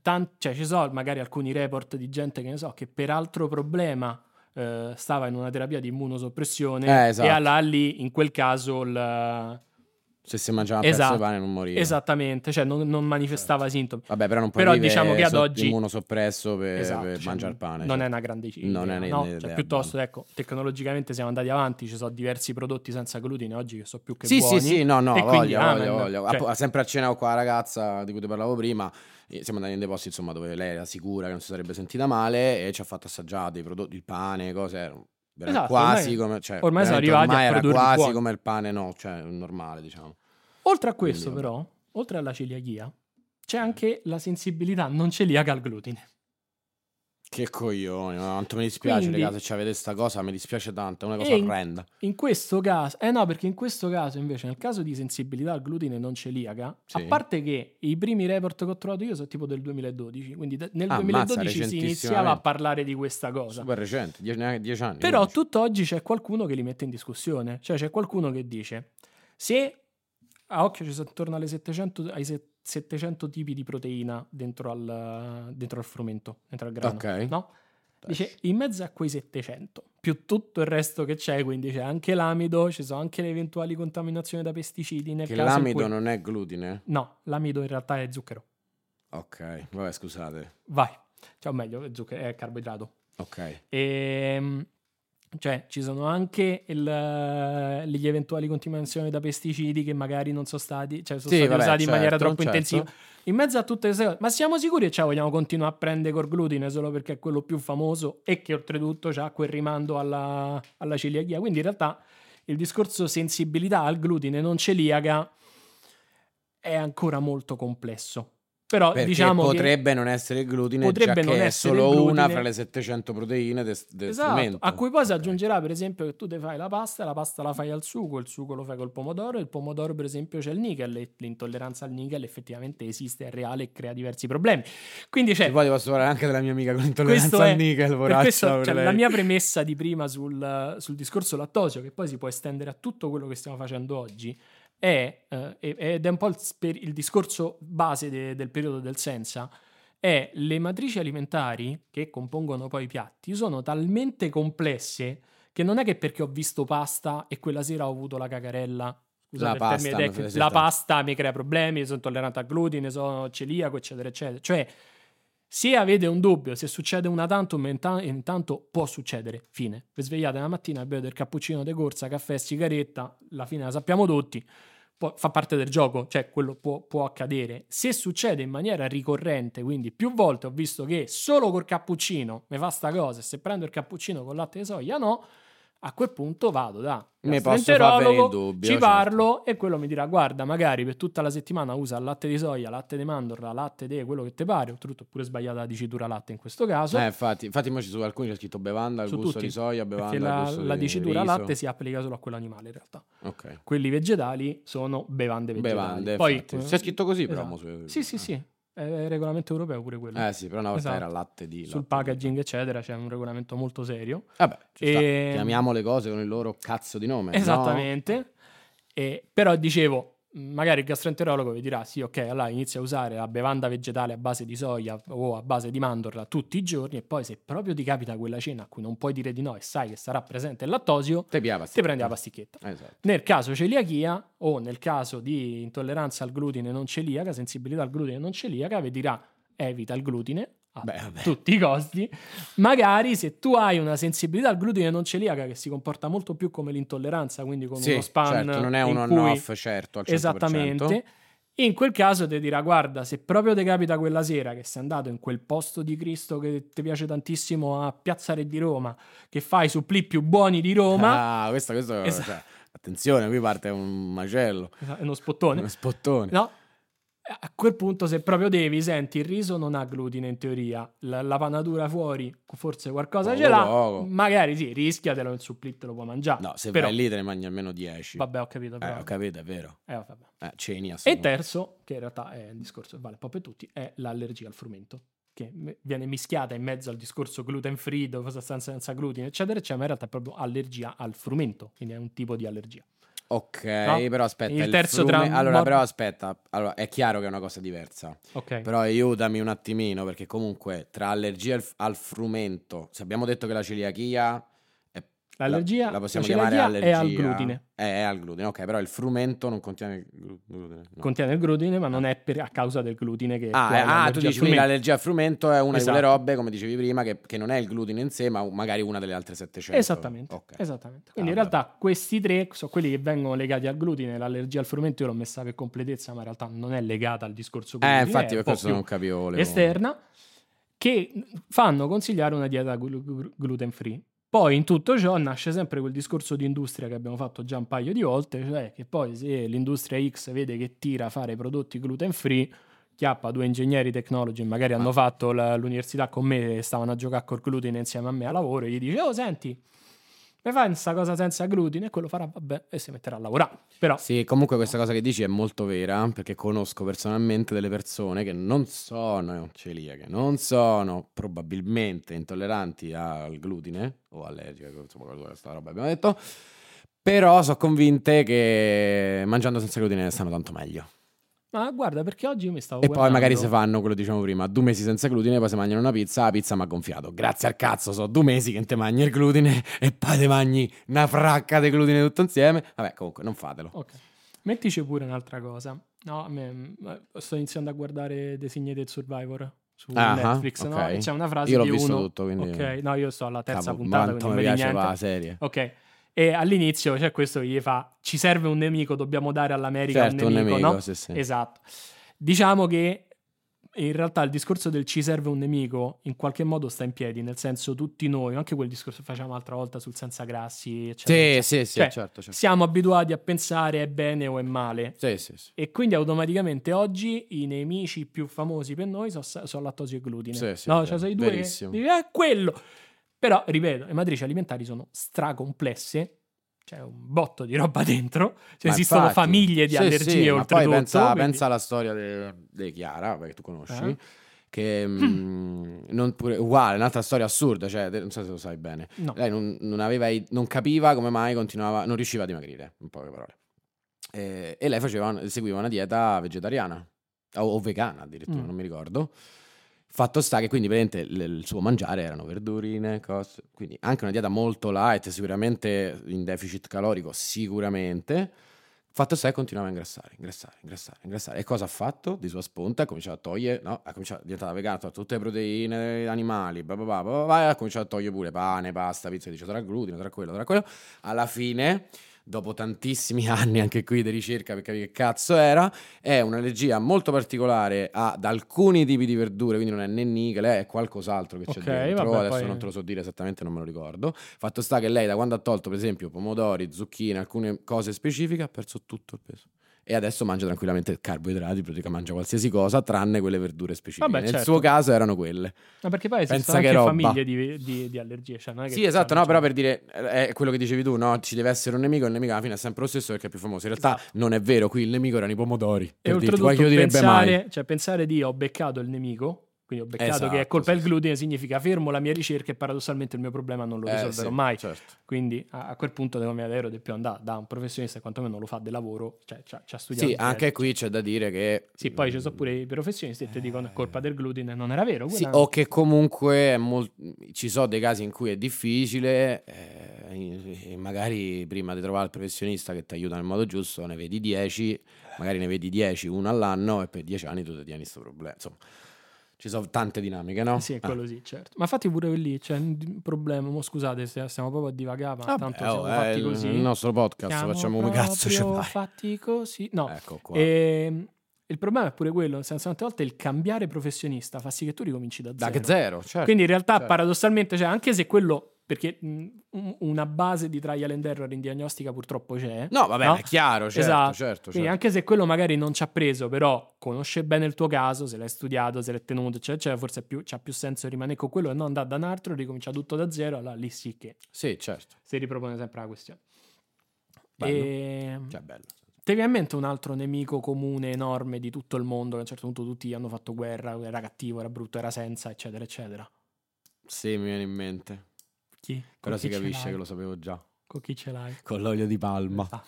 S1: tan- cioè, ci sono magari alcuni report di gente che ne so che per altro problema eh, stava in una terapia di immunosoppressione
S2: Eh, esatto.
S1: e alla lì in quel caso il-
S2: Se si mangiava un pezzo
S1: Esatto.
S2: di pane non moriva.
S1: esattamente, cioè non, non manifestava
S2: Certo.
S1: sintomi.
S2: Vabbè, però non puoi
S1: Però
S2: vivere
S1: diciamo che ad
S2: so-
S1: oggi-
S2: immunosoppresso per,
S1: Esatto,
S2: eh, per
S1: cioè,
S2: mangiare pane.
S1: Non
S2: cioè.
S1: è una grande idea.
S2: Non è ne-
S1: no?
S2: ne-
S1: Cioè,
S2: ne-
S1: piuttosto, ecco, tecnologicamente siamo andati avanti, ci sono diversi prodotti senza glutine oggi che so più che
S2: Sì,
S1: buoni.
S2: sì, sì, no, no,
S1: e quindi
S2: voglio,
S1: amen.
S2: voglio, voglio.
S1: Cioè-
S2: Ah, Sempre a cena con la ragazza di cui ti parlavo prima, eh, siamo andati in dei posti insomma, dove lei era sicura che non si sarebbe sentita male e ci ha fatto assaggiare dei prodotti, il pane, cose. Era era
S1: Esatto,
S2: quasi
S1: ormai-
S2: come... Cioè,
S1: ormai sono
S2: veramente
S1: arrivati a
S2: ormai era
S1: produrli
S2: quasi
S1: buoni.
S2: come il pane, no, cioè normale, diciamo.
S1: Oltre a questo,
S2: Quindi,
S1: però, oltre alla celiachia, c'è anche la sensibilità non celiaca al glutine.
S2: Che coglioni, ma quanto mi dispiace,
S1: Quindi-
S2: raga, se ci avete sta cosa, mi dispiace tanto, è una cosa
S1: E in-
S2: orrenda.
S1: In questo caso, eh no, perché in questo caso invece, nel caso di sensibilità al glutine non celiaca,
S2: Sì.
S1: a parte che i primi report che ho trovato io sono tipo del 2012, quindi da- nel
S2: Ammazza,
S1: 2012 si iniziava a
S2: recentissimamente.
S1: parlare di questa cosa.
S2: Super recente, dieci, neanche dieci anni.
S1: Però
S2: quindici.
S1: tutt'oggi c'è qualcuno che li mette in discussione, cioè c'è qualcuno che dice se a occhio ci sono attorno alle 700, ai se- 700 tipi di proteina dentro al, dentro al frumento, dentro al grano,
S2: Ok.
S1: no? Dice in mezzo a quei 700 più tutto il resto che c'è, quindi c'è anche l'amido, ci sono anche le eventuali contaminazioni da pesticidi nel
S2: Che
S1: caso in
S2: l'amido
S1: cui-
S2: non è glutine?
S1: No, l'amido in realtà è zucchero.
S2: Ok, vabbè, scusate.
S1: Vai. Cioè, o meglio, è zucchero- è carboidrato.
S2: Ok.
S1: Ehm, cioè, ci sono anche il, eh, gli eventuali continuazioni da pesticidi che magari non sono stati, cioè, sono
S2: Sì,
S1: stati
S2: vabbè,
S1: usati in maniera
S2: certo,
S1: troppo
S2: certo.
S1: intensiva. In mezzo a tutte queste cose, ma siamo sicuri che cioè, vogliamo continuare a prendere col glutine solo perché è quello più famoso e che oltretutto ha quel rimando alla, alla celiachia? Quindi, in realtà, il discorso sensibilità al glutine non celiaca è ancora molto complesso. Però
S2: Perché
S1: diciamo che-
S2: potrebbe non essere il glutine,
S1: potrebbe
S2: già
S1: non
S2: che è
S1: essere il
S2: solo una
S1: glutine.
S2: fra le 700 proteine del
S1: Esatto,
S2: strumento.
S1: a cui poi si
S2: Ok.
S1: aggiungerà per esempio che tu ti fai la pasta, la pasta la fai al sugo, il sugo lo fai col pomodoro, il pomodoro per esempio c'è il nickel e l'intolleranza al nickel effettivamente esiste, è reale e crea diversi problemi. Quindi c'è
S2: E poi ti posso parlare anche della mia amica con
S1: cioè, questo
S2: intolleranza
S1: è-
S2: al nickel,
S1: per
S2: poraccia,
S1: questo,
S2: per
S1: cioè,
S2: lei.
S1: la mia premessa di prima sul, sul discorso lattosio, che poi si può estendere a tutto quello che stiamo facendo oggi, è, eh, e- ed è un po' il, sper- il discorso base de- del periodo del senza, è le matrici alimentari che compongono poi i piatti sono talmente complesse che non è che perché ho visto pasta e quella sera ho avuto la cagarella.
S2: La
S1: Scusate il
S2: pasta, esatto.
S1: termine
S2: mi
S1: tecnico,
S2: fa-
S1: la pasta mi crea problemi, sono intollerante al glutine, sono celiaco, eccetera, eccetera. Cioè, se avete un dubbio, se succede una tantum, inta- intanto può succedere. Fine. Vi svegliate la mattina, bevete il cappuccino de corsa, caffè, sigaretta, la fine la sappiamo tutti. Poi fa parte del gioco, cioè quello può, può accadere. Se succede in maniera ricorrente, quindi più volte ho visto che solo col cappuccino mi fa sta cosa, e se prendo il cappuccino con latte di soia, no, a quel punto vado da
S2: Mi posso far venire il
S1: gastroenterologo,
S2: dubbio,
S1: ci
S2: certo.
S1: parlo e quello mi dirà guarda magari per tutta la settimana usa latte di soia, latte di mandorla, latte di quello che ti pare, oltretutto è pure sbagliata la dicitura latte in questo caso,
S2: Eh, infatti, infatti mo ci sono alcuni c'è scritto bevanda al
S1: Su
S2: gusto
S1: tutti.
S2: di soia, bevanda
S1: perché
S2: al
S1: la,
S2: gusto
S1: la
S2: di
S1: dicitura
S2: riso.
S1: latte si applica solo a quello animale in realtà.
S2: Ok.
S1: Quelli vegetali sono bevande vegetali.
S2: Bevande,
S1: Poi eh,
S2: infatti. C'è scritto così però
S1: esatto.
S2: mo su-
S1: Sì, sì, sì, è il regolamento europeo pure quello.
S2: Ah. Eh sì, però una volta
S1: Esatto.
S2: era latte di
S1: Sul
S2: latte.
S1: packaging, eccetera, c'è un regolamento molto serio.
S2: Vabbè, ci sta.
S1: E-
S2: chiamiamo le cose con il loro cazzo di nome. no?
S1: Ehm, Esattamente. E- però dicevo, magari il gastroenterologo vi dirà: sì, ok, allora inizia a usare la bevanda vegetale a base di soia o a base di mandorla tutti i giorni. E poi, se proprio ti capita quella cena a cui non puoi dire di no e sai che sarà presente il lattosio,
S2: Te piava,
S1: ti prendi la pasticchetta.
S2: Esatto.
S1: Nel caso celiachia o nel caso di intolleranza al glutine non celiaca, sensibilità al glutine non celiaca, vi dirà evita il glutine a
S2: Beh, vabbè.
S1: tutti i costi. Magari se tu hai una sensibilità al glutine non celiaca che si comporta molto più come l'intolleranza, quindi con
S2: Sì,
S1: uno span
S2: certo, non è un
S1: in
S2: on
S1: cui-
S2: off, certo, al 100%.
S1: Esattamente. In quel caso ti dirà, guarda, se proprio ti capita quella sera che sei andato in quel posto di Cristo che ti piace tantissimo a Piazza Re di Roma, che fa i supplì più buoni di Roma,
S2: Ah, questo, questo
S1: Esa-
S2: cioè, attenzione, qui parte un macello,
S1: è uno spottone,
S2: uno spottone.
S1: No? A quel punto, se proprio devi, senti, il riso non ha glutine in teoria, la, la panatura fuori forse qualcosa
S2: Poco,
S1: ce l'ha,
S2: poco.
S1: magari sì, rischiatelo, il supplì te lo puoi mangiare.
S2: No, se
S1: però,
S2: vai lì te ne mangi almeno 10.
S1: Vabbè, ho capito.
S2: Eh,
S1: però-
S2: ho capito, è vero.
S1: eh, vabbè.
S2: Eh, ceni
S1: E il
S2: assolutamente.
S1: terzo, che in realtà è un discorso che vale un po' per tutti, è l'allergia al frumento, che m- viene mischiata in mezzo al discorso gluten free, dove sostanza senza glutine, eccetera, eccetera, ma in realtà è proprio allergia al frumento, quindi è un tipo di allergia.
S2: Ok,
S1: No?
S2: però aspetta.
S1: Il terzo
S2: frume-
S1: tra-
S2: Allora,
S1: mor-
S2: però aspetta. Allora, è chiaro che è una cosa diversa.
S1: Ok.
S2: Però aiutami un attimino, perché comunque tra allergia al, al frumento, se abbiamo detto che la celiachia è-
S1: L'allergia-
S2: la, la possiamo
S1: la
S2: chiamare
S1: celiachia è
S2: allergia.
S1: al glutine.
S2: Eh, È, al glutine, ok, però il frumento non contiene il glu- glutine. no.
S1: Contiene il glutine, ma non è per- a causa del glutine che tu
S2: Ah,
S1: hai
S2: eh, ah, tu
S1: cioè, l'allergia al
S2: dici quindi
S1: frumento.
S2: l'allergia al frumento è una di quelle
S1: Esatto.
S2: robe, come dicevi prima, che, che non è il glutine in sé, ma magari una delle altre 700.
S1: Esattamente,
S2: certo. Ok.
S1: esattamente. Quindi
S2: Ah,
S1: in realtà questi tre sono quelli che vengono legati al glutine, l'allergia al frumento io l'ho messa per completezza, ma in realtà non è legata al discorso glutine,
S2: Eh, infatti
S1: è un
S2: per
S1: po'
S2: questo
S1: più
S2: non capivo. volevo-
S1: esterna, che fanno consigliare una dieta glu- glu- gluten free. Poi in tutto ciò nasce sempre quel discorso di industria che abbiamo fatto già un paio di volte, cioè che poi se l'industria X vede che tira a fare prodotti gluten free, chiappa due ingegneri technology, magari
S2: Ah.
S1: hanno fatto la- l'università con me e stavano a giocare col glutine insieme a me a lavoro e gli dice "Oh, senti, mi fai questa cosa senza glutine?" e quello farà vabbè e si metterà a lavorare. Però
S2: Sì, comunque questa cosa che dici è molto vera, perché conosco personalmente delle persone che non sono celiache, non sono probabilmente intolleranti al glutine o allergiche, insomma, questa roba abbiamo detto, però sono convinte che mangiando senza glutine stanno tanto meglio.
S1: ma guarda, perché oggi io mi stavo
S2: E poi magari
S1: guardando-
S2: se fanno quello che dicevamo prima, due mesi senza glutine, poi se mangiano una pizza, la pizza mi ha gonfiato. Grazie al cazzo, so due mesi che te mangi il glutine e poi te mangi una fracca di glutine tutto insieme. Vabbè, comunque, non fatelo.
S1: Ok. Mettici pure un'altra cosa. No, a me- m- sto iniziando a guardare Designated Survivor su
S2: Ah,
S1: Netflix, no?
S2: ok.
S1: E C'è una frase
S2: Io l'ho
S1: di
S2: visto
S1: uno...
S2: tutto, quindi-
S1: Ok, no, io sto alla terza
S2: Cavolo,
S1: puntata,
S2: quanto
S1: quindi
S2: mi
S1: non
S2: piace
S1: vedi niente.
S2: la serie.
S1: Ok. E all'inizio c'è questo che gli fa ci serve un nemico, dobbiamo dare all'America
S2: Certo,
S1: un
S2: un
S1: nemico,
S2: nemico,
S1: no?
S2: sì, sì.
S1: Esatto. Diciamo che in realtà il discorso del ci serve un nemico in qualche modo sta in piedi, nel senso tutti noi, anche quel discorso che facciamo l'altra volta sul senza grassi, eccetera,
S2: Sì,
S1: eccetera,
S2: sì, sì,
S1: Cioè,
S2: certo, certo.
S1: siamo abituati a pensare è bene o è male.
S2: Sì, sì, sì.
S1: E quindi automaticamente oggi i nemici più famosi per noi sono sono lattosio e glutine.
S2: Sì, sì,
S1: no,
S2: vero,
S1: cioè sei due che
S2: verissimo.
S1: dici, "Eh, quello. Però, ripeto, le matrici alimentari sono stracomplesse, c'è un botto di roba dentro, cioè,
S2: Ma
S1: esistono
S2: infatti,
S1: famiglie di
S2: sì,
S1: allergie
S2: sì, ma
S1: oltretutto.
S2: poi pensa,
S1: quindi-
S2: pensa alla storia de- di Chiara, che tu conosci,
S1: Eh?
S2: che mm, non pure, uguale, un'altra storia assurda, cioè, te- non so se lo sai bene.
S1: No.
S2: Lei non, non aveva i- non capiva come mai continuava, non riusciva a dimagrire, in poche parole. Eh, E, lei faceva, seguiva una dieta vegetariana o, o vegana addirittura,
S1: Mm.
S2: non mi ricordo. Fatto sta che quindi praticamente l- il suo mangiare erano verdurine, cose, quindi anche una dieta molto light, sicuramente in deficit calorico, sicuramente. Fatto sta che continuava a ingrassare, ingrassare, ingrassare, ingrassare. E cosa ha fatto? Di sua sponta ha cominciato a togliere, no? Ha cominciato a diventare vegana, ha tolto tutte le proteine, animali, bla bla bla, bla, bla, bla, e ha cominciato a togliere pure pane, pasta, pizza, dice tra glutine, tra quello, tra quello. Alla fine, dopo tantissimi [laughs] anni anche qui di ricerca per capire che cazzo era, è un'allergia molto particolare ad alcuni tipi di verdure, quindi non è né nickel, è qualcos'altro che c'è
S1: Ok,
S2: dentro.
S1: vabbè,
S2: Adesso
S1: poi-
S2: non te lo so dire esattamente, non me lo ricordo. Fatto sta che lei da quando ha tolto per esempio pomodori, zucchine, alcune cose specifiche ha perso tutto il peso. E adesso mangia tranquillamente carboidrati, praticamente mangia qualsiasi cosa tranne quelle verdure specifiche.
S1: Vabbè,
S2: Nel
S1: certo.
S2: suo caso erano quelle.
S1: Ma perché poi
S2: Pensa
S1: esistono
S2: che
S1: anche
S2: roba.
S1: famiglie di, di- di allergie. Cioè, non è che
S2: Sì, esatto, no,
S1: hanno-
S2: però per dire eh, è quello che dicevi tu, no, ci deve essere un nemico, il nemico alla fine è sempre lo stesso perché è più famoso. In realtà non è vero, qui il nemico erano i pomodori.
S1: Esatto. E
S2: per dirti,
S1: oltretutto
S2: qualcuno direbbe mai.
S1: pensare, cioè, pensare di ho beccato il nemico, quindi ho beccato
S2: Esatto,
S1: che è colpa
S2: sì,
S1: del glutine, significa fermo la mia ricerca e paradossalmente il mio problema non lo
S2: Eh,
S1: risolverò
S2: sì,
S1: mai.
S2: certo.
S1: Quindi a, a quel punto devo andare aereo di più andare da un professionista, quantomeno lo fa del lavoro, cioè ci ha- ci ha studiato.
S2: Sì,
S1: bene.
S2: anche qui c'è da dire che... mm,
S1: Sì, poi ci sono pure i professionisti che ti dicono è colpa del glutine, non era vero?
S2: Eh. Sì,
S1: quella-
S2: o che comunque è mol- ci sono dei casi in cui è difficile, eh, e- e magari prima di trovare il professionista che ti aiuta nel modo giusto, ne vedi 10, magari ne vedi 10, uno all'anno, e per 10 anni tu ti tieni questo problema. Insomma, ci sono tante dinamiche, no?
S1: Sì,
S2: Ah.
S1: quello sì, certo. Ma infatti pure lì c'è un problema, mo scusate se stiamo proprio a divagare, ma
S2: Vabbè,
S1: tanto
S2: oh,
S1: siamo
S2: eh,
S1: fatti così.
S2: Il nostro podcast,
S1: Siamo
S2: facciamo come cazzo ci
S1: proprio
S2: fai.
S1: fatti così. No,
S2: Ecco qua.
S1: Ehm, il problema è pure quello, nel senso tante volte il cambiare professionista fa sì che tu ricominci da zero.
S2: Da che zero, certo.
S1: Quindi in realtà
S2: certo.
S1: paradossalmente, cioè, anche se quello, perché mh, un- una base di trial and error in diagnostica purtroppo c'è.
S2: No, vabbè, è chiaro, certo,
S1: Esatto.
S2: certo,
S1: Quindi
S2: certo.
S1: anche se quello magari non ci ha preso, però conosce bene il tuo caso, se l'hai studiato, se l'hai tenuto, eccetera, eccetera, forse è più, c'ha più senso rimanere con quello e non andare da un altro, ricomincia tutto da zero, allora lì sì che
S2: Sì, certo.
S1: si ripropone sempre la questione.
S2: Bello.
S1: Ehm,
S2: Cioè, bello.
S1: Te viene in mente un altro nemico comune enorme di tutto il mondo che a un certo punto tutti hanno fatto guerra, era cattivo, era brutto, era senza, eccetera, eccetera.
S2: Sì, mi viene in mente.
S1: Chi? Con
S2: Però
S1: chi
S2: si
S1: ce
S2: capisce
S1: l'hai?
S2: che lo sapevo già.
S1: Con chi ce l'hai?
S2: Con l'olio di palma.
S1: Ah.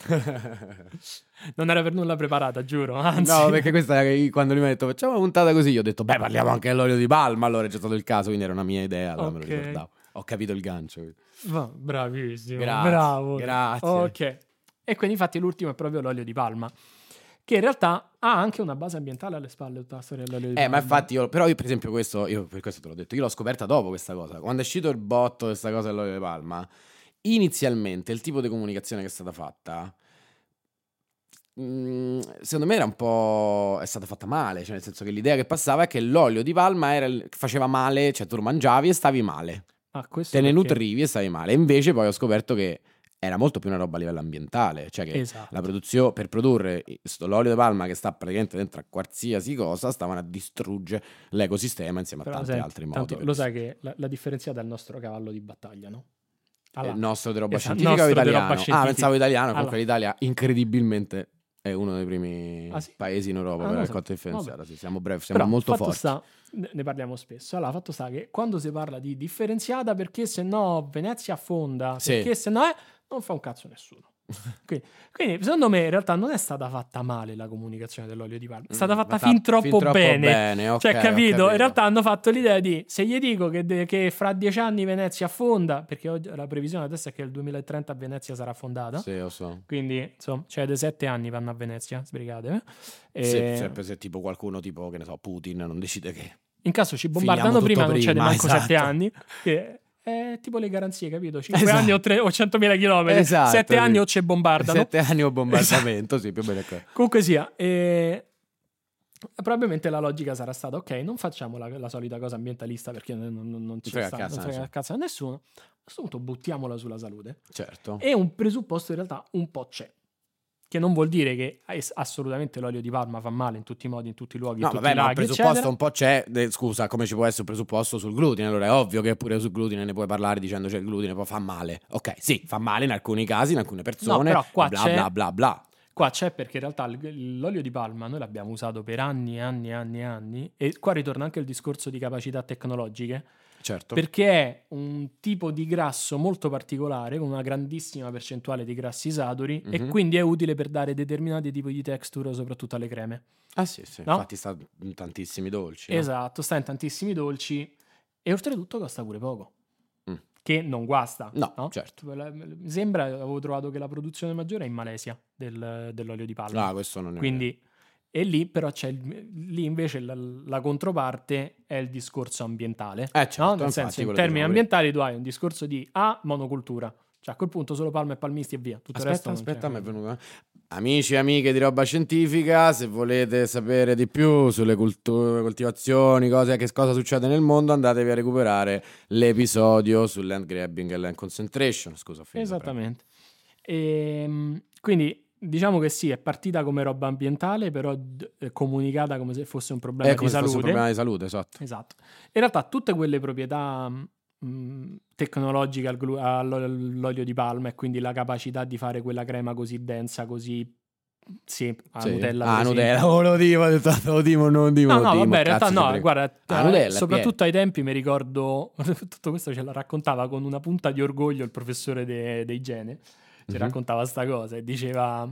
S1: Non era per nulla preparata, giuro, anzi. [laughs]
S2: No, perché questa era- quando lui mi ha detto facciamo una puntata così, io ho detto beh parliamo anche dell'olio di palma, allora è già stato il caso, quindi era una mia idea, allora me
S1: Ok.
S2: lo ricordavo. Ho capito il gancio.
S1: Va, bravissimo,
S2: Grazie,
S1: bravo.
S2: grazie.
S1: Ok. E quindi infatti l'ultimo è proprio l'olio di palma, che in realtà ha anche una base ambientale alle spalle tutta la storia dell'olio di palma.
S2: Eh, ma infatti io, però io per esempio questo, io per questo te l'ho detto, io l'ho scoperta dopo questa cosa. Quando è uscito il botto questa cosa dell'olio di palma, inizialmente il tipo di comunicazione che è stata fatta, mm, secondo me era un po'... è stata fatta male, cioè nel senso che l'idea che passava è che l'olio di palma era il- faceva male, cioè tu lo mangiavi e stavi male.
S1: Ah, questo
S2: te ne
S1: perché-
S2: nutrivi e stavi male. Invece poi ho scoperto che era molto più una roba a livello ambientale, cioè che
S1: Esatto.
S2: la produzione per produrre i- sto- l'olio di palma che sta praticamente dentro a qualsiasi cosa stavano a distruggere l'ecosistema insieme a
S1: Però,
S2: tanti
S1: senti,
S2: altri
S1: tanto
S2: modi. per
S1: lo sai che la, la differenziata è il nostro cavallo di battaglia, no?
S2: distruggere.
S1: Allora,
S2: il Eh, nostro di roba
S1: Esatto,
S2: scientifica o
S1: nostro di
S2: italiano?
S1: roba
S2: Ah,
S1: scientifica.
S2: pensavo italiano, comunque
S1: Allora.
S2: l'Italia incredibilmente è uno dei primi
S1: Ah, sì?
S2: paesi in Europa
S1: Ah,
S2: per
S1: non
S2: la
S1: lo
S2: raccolta
S1: sapevo.
S2: differenziata, sì, siamo brevi, siamo
S1: Però,
S2: molto
S1: fatto
S2: forti.
S1: sta- ne ne parliamo spesso. Allora, fatto sta che quando si parla di differenziata, perché se no Venezia affonda,
S2: Sì.
S1: perché se no eh, non fa un cazzo
S2: [laughs]
S1: nessuno. quindi, quindi, secondo me, in realtà non è stata fatta male la comunicazione dell'olio di palma, è stata
S2: Mm,
S1: fatta fin troppo, bene.
S2: ok,
S1: cioè,
S2: ho
S1: capito? In realtà hanno fatto l'idea di se gli dico che, de- che fra dieci anni Venezia affonda, perché oggi- la previsione adesso è che nel 2030 Venezia sarà affondata.
S2: Sì, lo so.
S1: Quindi, insomma, cioè, dei sette anni vanno a Venezia, sbrigatevi. E
S2: Se, se- se tipo qualcuno tipo, che ne so, Putin non decide che...
S1: In caso ci
S2: Finiamo
S1: bombardano
S2: tutto
S1: prima, non c'è
S2: prima,
S1: manco
S2: esatto.
S1: sette anni. Che è tipo le garanzie, capito? 5
S2: Esatto.
S1: anni o, tre- o 100.000 km.
S2: Esatto,
S1: sette
S2: sì.
S1: anni o ci bombardano. [laughs] Esatto.
S2: Sette anni o bombardamento, sì, più o meno è quello.
S1: Comunque sia, eh, Probabilmente la logica sarà stata, ok, non facciamo la, la solita cosa ambientalista perché non, non, non ci
S2: frega
S1: sta,
S2: a cazzo,
S1: non frega
S2: sì.
S1: a cazzo a nessuno. A questo punto buttiamola sulla salute.
S2: Certo.
S1: E un presupposto in realtà un po' c'è. Che non vuol dire che es- assolutamente l'olio di palma fa male in tutti i modi, in tutti i luoghi,
S2: No,
S1: in tutti
S2: vabbè,
S1: i
S2: ma il
S1: laghi,
S2: presupposto
S1: eccetera.
S2: un po' c'è. de- scusa, come ci può essere un presupposto sul glutine? Allora è ovvio che pure sul glutine ne puoi parlare dicendo che il glutine poi fa male. Ok, sì, fa male in alcuni casi, in alcune persone.
S1: però qua
S2: bla
S1: c'è-
S2: bla bla bla.
S1: Qua c'è perché in realtà l- l'olio di palma noi l'abbiamo usato per anni e anni e anni e anni e qua ritorna anche il discorso di capacità tecnologiche
S2: Certo.
S1: perché è un tipo di grasso molto particolare con una grandissima percentuale di grassi saturi e
S2: Mhm.
S1: quindi è utile per dare determinati tipi di texture soprattutto alle creme.
S2: Ah sì, sì.
S1: No?
S2: Infatti sta in tantissimi dolci. no?
S1: Esatto, sta in tantissimi dolci e oltretutto costa pure poco.
S2: Mm.
S1: Che non guasta.
S2: No, certo.
S1: La- Mi sembra, avevo trovato che la produzione maggiore è in Malesia del- dell'olio di palma.
S2: Ah, questo non è
S1: Quindi, e lì però c'è, il- lì invece la, la controparte è il discorso ambientale.
S2: Eh, certo,
S1: no? Nel
S2: infatti,
S1: senso, in
S2: quello
S1: termini
S2: diciamo
S1: ambientali tu hai un discorso di A, monocultura. Cioè a quel punto solo palme e palmisti e via. Tutto il resto non
S2: Aspetta, aspetta,
S1: c'è.
S2: mi è venuto. eh. Amici e amiche di roba scientifica, se volete sapere di più sulle cultu- coltivazioni, cose, che cosa succede nel mondo, andatevi a recuperare l'episodio sul land grabbing e land concentration. Scusa, ho finito, Eh,
S1: Esattamente. Ehm, quindi diciamo che sì, è partita come roba ambientale, però d- eh, comunicata come se fosse un
S2: prego.
S1: problema
S2: È come
S1: di
S2: se fosse
S1: salute.
S2: un problema di salute, esatto.
S1: Esatto. In realtà tutte quelle proprietà mh, tecnologiche al glu- allo- all'olio di palma e quindi la capacità di fare quella crema così densa, così... Sì, a
S2: Sì.
S1: Nutella.
S2: Ah,
S1: così.
S2: Nutella, oh, lo dico, ho detto, lo dico, non dico.
S1: No,
S2: lo
S1: no,
S2: dico,
S1: vabbè, in realtà
S2: cazzo, ti
S1: no,
S2: prego.
S1: guarda,
S2: Ah,
S1: eh,
S2: Nutella, è
S1: soprattutto ai tempi mi ricordo, [laughs] tutto questo ce la raccontava con una punta di orgoglio il professore de- di igiene, ci
S2: Mhm.
S1: raccontava sta cosa e diceva,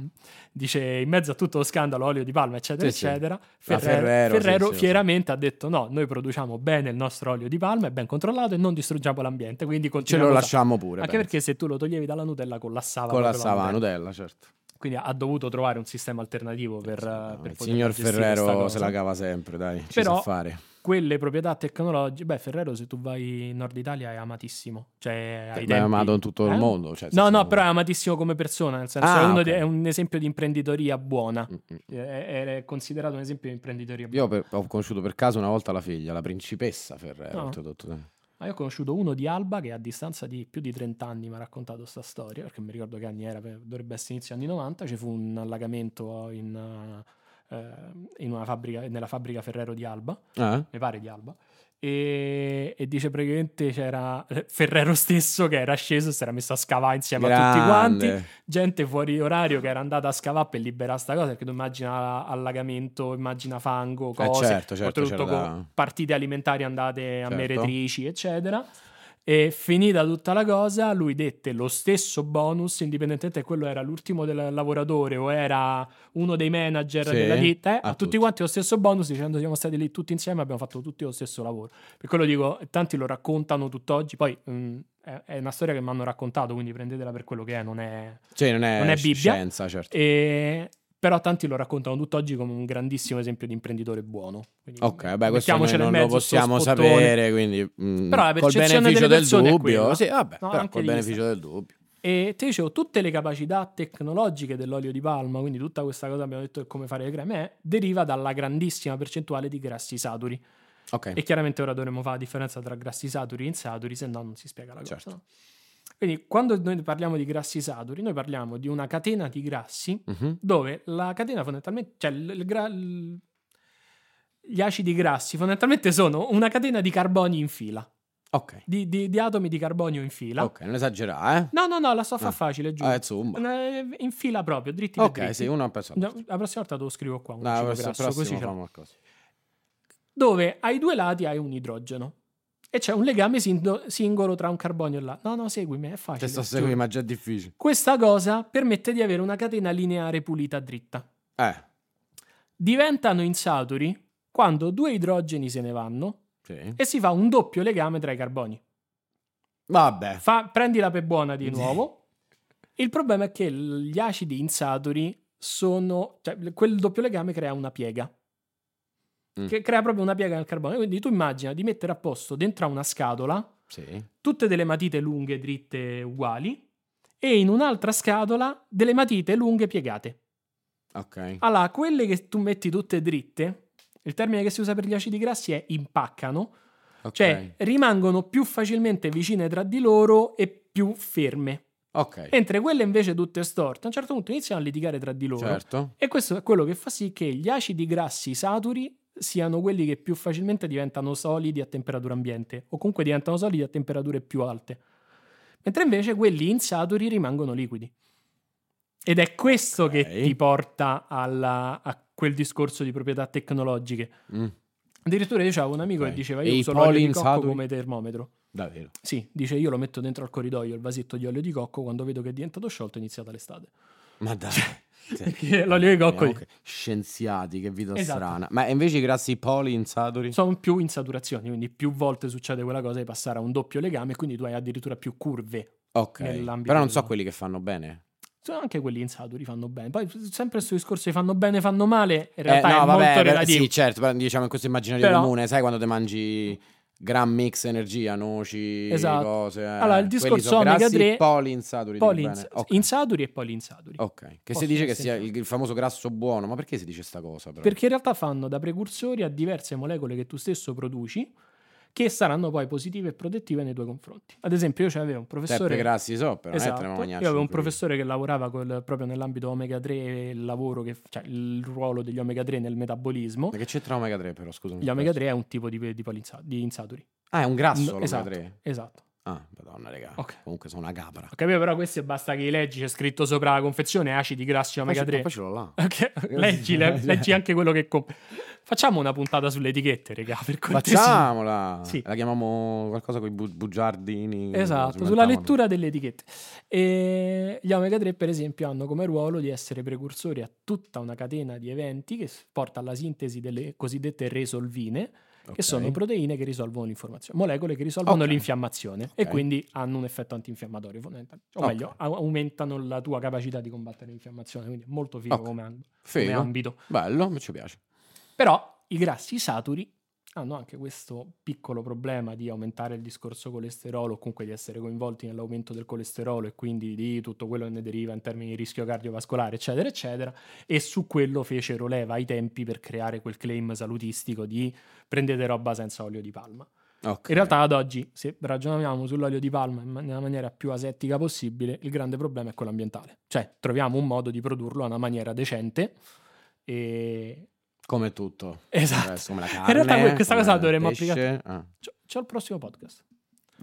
S1: dice, in mezzo a tutto lo scandalo olio di palma, eccetera,
S2: Sì, sì.
S1: eccetera,
S2: La
S1: Ferrer-
S2: Ferrero,
S1: Ferrero,
S2: sì, sì, lo so.
S1: fieramente ha detto no, noi produciamo bene il nostro olio di palma, è ben controllato e non distruggiamo l'ambiente, quindi
S2: Ce lo
S1: continuiamo. a-
S2: lasciamo pure.
S1: Anche perché se tu lo toglievi dalla Nutella collassava.
S2: con la
S1: proprio
S2: savana,
S1: Nutella.
S2: Nutella, certo.
S1: Quindi ha dovuto trovare un sistema alternativo per,
S2: No,
S1: per
S2: il
S1: poter
S2: signor
S1: gestire sta
S2: Ferrero
S1: cosa
S2: se la cava sempre, dai, ci
S1: Però-
S2: sa fare.
S1: quelle proprietà tecnologiche. Beh, Ferrero, se tu vai in Nord Italia, è amatissimo. Cioè, ai
S2: Beh,
S1: tempi-
S2: amato in tutto
S1: Eh?
S2: il mondo. cioè,
S1: No, no,
S2: sono-
S1: però è amatissimo come persona, nel senso
S2: Ah,
S1: è, uno
S2: ok.
S1: di- è un esempio di imprenditoria buona.
S2: Mm, mm.
S1: È, è- è considerato un esempio di imprenditoria buona.
S2: Io per- ho conosciuto per caso una volta la figlia, la principessa Ferrero.
S1: No.
S2: oltretutto.
S1: Ma io ho conosciuto uno di Alba che a distanza di più di 30 anni mi ha raccontato questa storia, perché mi ricordo che anni era, per- dovrebbe essere inizio anni 90, ci fu un allagamento in, eh, in una fabbrica, nella fabbrica Ferrero di Alba.
S2: Eh?
S1: mi pare di Alba. E, e dice praticamente c'era eh, Ferrero stesso che era sceso e si era messo a scavare insieme a tutti
S2: Grande.
S1: quanti, gente fuori orario che era andata a scavare per liberare sta cosa perché tu immagina allagamento, immagina fango,
S2: Eh,
S1: cose,
S2: certo, certo,
S1: oltretutto
S2: c'era
S1: con
S2: da-
S1: partite alimentari andate a
S2: Certo.
S1: meretrici, eccetera. E finita tutta la cosa, lui dette lo stesso bonus, indipendentemente se quello era l'ultimo del lavoratore o era uno dei manager
S2: Sì,
S1: della ditta, eh,
S2: a
S1: a, tutti,
S2: tutti.
S1: quanti lo stesso bonus dicendo siamo stati lì tutti insieme, abbiamo fatto tutti lo stesso lavoro. Per quello dico, tanti lo raccontano tutt'oggi, poi mh, è, è una storia che mi hanno raccontato, quindi prendetela per quello che è, non è...
S2: Cioè, non è,
S1: Non è
S2: sci-
S1: Bibbia.
S2: scienza, certo.
S1: E- Però tanti lo raccontano tutt'oggi come un grandissimo esempio di imprenditore buono. Quindi
S2: Ok, beh, questo noi
S1: mettiamocelo
S2: non
S1: in
S2: lo
S1: mezzo, sto
S2: possiamo
S1: spottone.
S2: sapere, quindi mm,
S1: Però la
S2: col
S1: percezione
S2: beneficio
S1: delle
S2: del
S1: persone è
S2: dubbio,
S1: quella.
S2: sì, vabbè,
S1: No,
S2: però
S1: anche
S2: col
S1: di
S2: beneficio del dubbio.
S1: E te dicevo, tutte le capacità tecnologiche dell'olio di palma, quindi tutta questa cosa abbiamo detto di come fare le creme, eh, deriva dalla grandissima percentuale di grassi saturi.
S2: Ok.
S1: E chiaramente ora dovremmo fare la differenza tra grassi saturi e insaturi, se no non si spiega la cosa.
S2: Certo.
S1: no? Quindi quando noi parliamo di grassi saturi, noi parliamo di una catena di grassi
S2: Mhm.
S1: dove la catena fondamentalmente, cioè il- il gra- il- gli acidi grassi fondamentalmente sono una catena di carboni in fila,
S2: Ok.
S1: di, di- di atomi di carbonio in fila.
S2: Ok, non esagerare,
S1: No, no, no, la sto a far
S2: Ah.
S1: facile,
S2: eh?
S1: giù. Eh,
S2: Ah, insomma.
S1: In fila proprio, dritti per
S2: Ok,
S1: dritti.
S2: sì, uno ha pensato.
S1: No, La prossima volta te lo scrivo qua, un
S2: No,
S1: cibo
S2: questo
S1: grasso,
S2: prossimo
S1: così ce l'ho.
S2: famo qualcosa.
S1: Dove ai due lati hai un idrogeno. E c'è un legame sindo- singolo tra un carbonio e l'altro. No, no, seguimi, è facile.
S2: Te sto
S1: giù.
S2: seguendo, ma è già difficile.
S1: Questa cosa permette di avere una catena lineare pulita dritta.
S2: Eh,
S1: diventano insaturi quando due idrogeni se ne vanno
S2: sì.
S1: e si fa un doppio legame tra i carboni.
S2: Vabbè.
S1: Fa- prendila per buona di nuovo. Il problema è che l- gli acidi insaturi sono. cioè, l- quel doppio legame crea una piega.
S2: Mm.
S1: Che crea proprio una piega nel carbonio. Quindi tu immagina di mettere a posto dentro a una scatola
S2: Sì.
S1: tutte delle matite lunghe, dritte, uguali, e in un'altra scatola delle matite lunghe piegate.
S2: Ok.
S1: Ah, Allora, quelle che tu metti tutte dritte Il termine che si usa per gli acidi grassi è impaccano,
S2: Ok.
S1: cioè rimangono più facilmente vicine tra di loro e più ferme.
S2: ok,
S1: Mentre quelle invece tutte storte, a un certo punto iniziano a litigare tra di loro.
S2: certo.
S1: E questo è quello che fa sì che gli acidi grassi saturi siano quelli che più facilmente diventano solidi a temperatura ambiente o comunque diventano solidi a temperature più alte. Mentre invece quelli insaturi rimangono liquidi. Ed è questo
S2: Ok.
S1: che ti porta alla- a quel discorso di proprietà tecnologiche.
S2: Mm,
S1: Addirittura io c'avevo un amico
S2: Ok.
S1: che diceva
S2: E
S1: io
S2: i
S1: uso l'olio di
S2: polinsaturi?
S1: cocco come termometro.
S2: davvero.
S1: Sì, dice io lo metto dentro al corridoio, il vasetto di olio di cocco, quando vedo che è diventato sciolto è iniziata l'estate.
S2: Ma dai.
S1: Cioè,
S2: [laughs]
S1: perché l'olio di cocco-
S2: Ok, Scienziati, che vita
S1: Esatto.
S2: strana. Ma invece i grassi poliinsaturi?
S1: sono più insaturazioni, quindi più volte succede quella cosa di passare a un doppio legame, quindi tu hai addirittura più curve.
S2: ok.
S1: nell'ambito
S2: Però non so
S1: del-
S2: quelli che fanno bene.
S1: Sono anche quelli insaturi fanno bene. Poi sempre questo discorso di fanno bene, fanno male, in
S2: Eh,
S1: realtà è
S2: no, vabbè,
S1: molto
S2: per-
S1: relativo.
S2: sì, certo, però diciamo in questo immaginario
S1: Però-
S2: comune, sai quando te mangi gran mix energia, noci,
S1: Esatto.
S2: cose. eh,
S1: Allora, il
S2: quelli
S1: discorso
S2: sono
S1: omega
S2: grassi
S1: 3
S2: poliinsaturi, dico
S1: Poliins-
S2: bene. Ok.
S1: Insaturi e poliinsaturi.
S2: Ok, che si
S1: Possono
S2: dice che
S1: essere
S2: sia il,
S1: insaturi.
S2: il famoso grasso buono, ma perché si dice sta cosa? Però?
S1: Perché in realtà fanno da precursori a diverse molecole che tu stesso produci, che saranno poi positive e protettive nei tuoi confronti. Ad esempio, io avevo un
S2: Sempre
S1: professore.
S2: grassi so, però non è che te
S1: Esatto.
S2: ne
S1: Io
S2: mangi
S1: avevo un
S2: cinque.
S1: professore che lavorava col- proprio nell'ambito omega 3 e il lavoro, che, cioè il ruolo degli omega 3 nel metabolismo.
S2: Ma che c'entra omega 3 però, scusami.
S1: Gli omega 3 è un tipo di, di, polinsa- di insaturi.
S2: Ah, è un
S1: No,
S2: grasso l'omega
S1: esatto,
S2: 3.
S1: esatto.
S2: Ah, madonna, raga.
S1: Ok.
S2: Comunque sono una capra.
S1: Ho capito, però questi basta che li leggi, c'è scritto sopra la confezione acidi grassi omega
S2: Poi ce-
S1: 3.
S2: Poi ce l'ho là.
S1: [laughs] Ok, leggi,
S2: [laughs]
S1: le- leggi anche quello che compri. Facciamo una puntata sulle etichette, raga, per cortesia.
S2: Facciamola.
S1: Sì.
S2: La chiamiamo qualcosa con i bugiardini.
S1: Esatto, sulla lettura delle etichette. E gli omega 3, per esempio, hanno come ruolo di essere precursori a tutta una catena di eventi che s- porta alla sintesi delle cosiddette resolvine, che sono proteine che risolvono l'informazione, molecole che risolvono
S2: Ok.
S1: l'infiammazione e
S2: Ok.
S1: quindi hanno un effetto antinfiammatorio fondamentale. O
S2: Ok.
S1: meglio, au- aumentano la tua capacità di combattere l'infiammazione, quindi è molto figo
S2: Ok.
S1: come, ang- come
S2: Figo.
S1: ambito.
S2: Bello, mi ci piace.
S1: Però i grassi saturi hanno anche questo piccolo problema di aumentare il discorso colesterolo o comunque di essere coinvolti nell'aumento del colesterolo e quindi di tutto quello che ne deriva in termini di rischio cardiovascolare, eccetera, eccetera. E su quello fecero leva ai tempi per creare quel claim salutistico di prendete roba senza olio di palma.
S2: Ok.
S1: In realtà ad oggi, se ragioniamo sull'olio di palma in man- nella maniera più asettica possibile, il grande problema è quello ambientale. Cioè, troviamo un modo di produrlo in una maniera decente e...
S2: Come tutto.
S1: Esatto.
S2: Adesso, come la
S1: In realtà
S2: carne,
S1: questa
S2: come
S1: cosa
S2: il
S1: dovremmo
S2: pesce.
S1: applicare.
S2: Ah.
S1: C'ho, c'ho il prossimo podcast.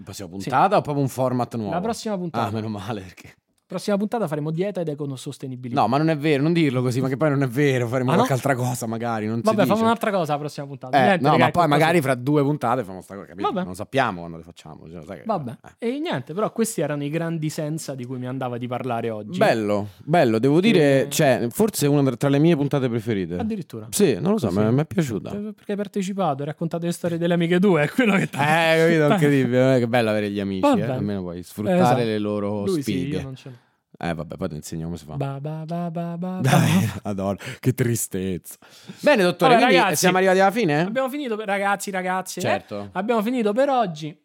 S2: Prossima puntata o proprio un format nuovo?
S1: La prossima puntata.
S2: Ah, meno male perché...
S1: Prossima puntata faremo dieta ed econosostenibilità.
S2: No, ma non è vero, non dirlo così, ma che poi non è vero, faremo
S1: Ah, no?
S2: qualche altra cosa magari, non
S1: Vabbè,
S2: si dice.
S1: facciamo un'altra cosa la prossima puntata.
S2: Eh,
S1: Niente,
S2: no,
S1: raga,
S2: ma
S1: è
S2: poi
S1: qualcosa-
S2: magari fra due puntate facciamo sta cosa, capito?
S1: Vabbè.
S2: Non sappiamo quando le facciamo. cioè, sai che-
S1: Vabbè.
S2: eh.
S1: E niente, però questi erano i grandi senza di cui mi andava di parlare oggi.
S2: Bello, bello, devo dire,
S1: Che-
S2: cioè, forse una tra le mie puntate preferite.
S1: Addirittura.
S2: Sì, non lo so,
S1: Sì.
S2: mi è- mi è piaciuta.
S1: Eh, Perché hai partecipato, hai raccontato le storie delle amiche tue, è quello che
S2: Eh, capito,
S1: [laughs]
S2: incredibile, eh, che bello avere gli amici, eh,
S1: Vabbè.
S2: almeno puoi sfruttare
S1: Esatto.
S2: le loro
S1: Lui sì,
S2: sfide.
S1: io non ce l'ho.
S2: Eh, vabbè, poi ti insegno come si fa.
S1: Ba, ba, ba, ba, ba, ba.
S2: Dai, [laughs] adoro, che tristezza. Bene, dottore,
S1: Vabbè,
S2: quindi eh,
S1: ragazzi,
S2: siamo arrivati alla fine?
S1: Abbiamo finito, per... ragazzi, ragazze. eh?
S2: Certo.
S1: Abbiamo finito per oggi.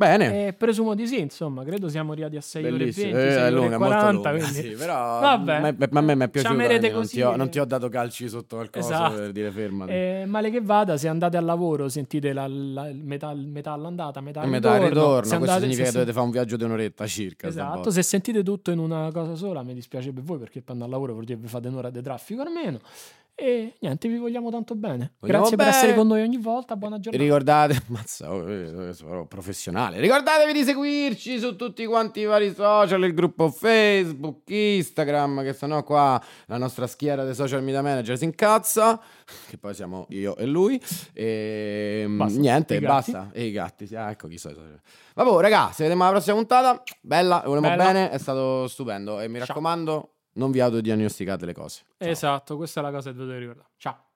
S2: Bene.
S1: Eh, presumo di sì, insomma, credo siamo arrivati a 6
S2: Bellissimo.
S1: ore e 20, 6
S2: Eh, è
S1: ore
S2: lunga,
S1: e
S2: molto
S1: 40,
S2: lunga,
S1: quindi [laughs]
S2: sì, però
S1: Vabbè.
S2: a me- a me mi è
S1: Ci
S2: piaciuto,
S1: amerete
S2: quindi non,
S1: così. Esatto.
S2: ti ho, non ti ho dato calci sotto al coso per dire fermati.
S1: Eh, male che vada, se andate al lavoro sentite la, la- il metà, il metà all'andata, metà
S2: A
S1: al
S2: metà
S1: ritorno.
S2: ritorno,
S1: Se
S2: questo
S1: andate-
S2: significa
S1: se
S2: che dovete fare un viaggio di un'oretta circa.
S1: Esatto, se sentite tutto in una cosa sola mi dispiace per voi perché poi andare al lavoro vuol dire che vi fate un'ora di traffico almeno. E niente, vi vogliamo tanto bene.
S2: Vogliamo
S1: Grazie
S2: bene.
S1: per essere con noi ogni volta, buona giornata.
S2: Ricordate, [laughs] mazza, oh, eh, eh, sono professionale. Ricordatevi di seguirci su tutti quanti i vari social, il gruppo Facebook, Instagram, che sennò qua la nostra schiera dei social media manager si incazza, che poi siamo io e lui. E mm,
S1: Basta.
S2: niente,
S1: I gatti.
S2: basta. E i gatti, sì, ah, ecco chi so. Vabbè, oh, raga, ci vediamo alla prossima puntata. Bella, vi volevo
S1: Bella.
S2: bene, è stato stupendo e mi
S1: Ciao. Eh,
S2: raccomando, non vi autodiagnosticate le cose. Ciao.
S1: Esatto, questa è la cosa che dovete ricordare. Ciao.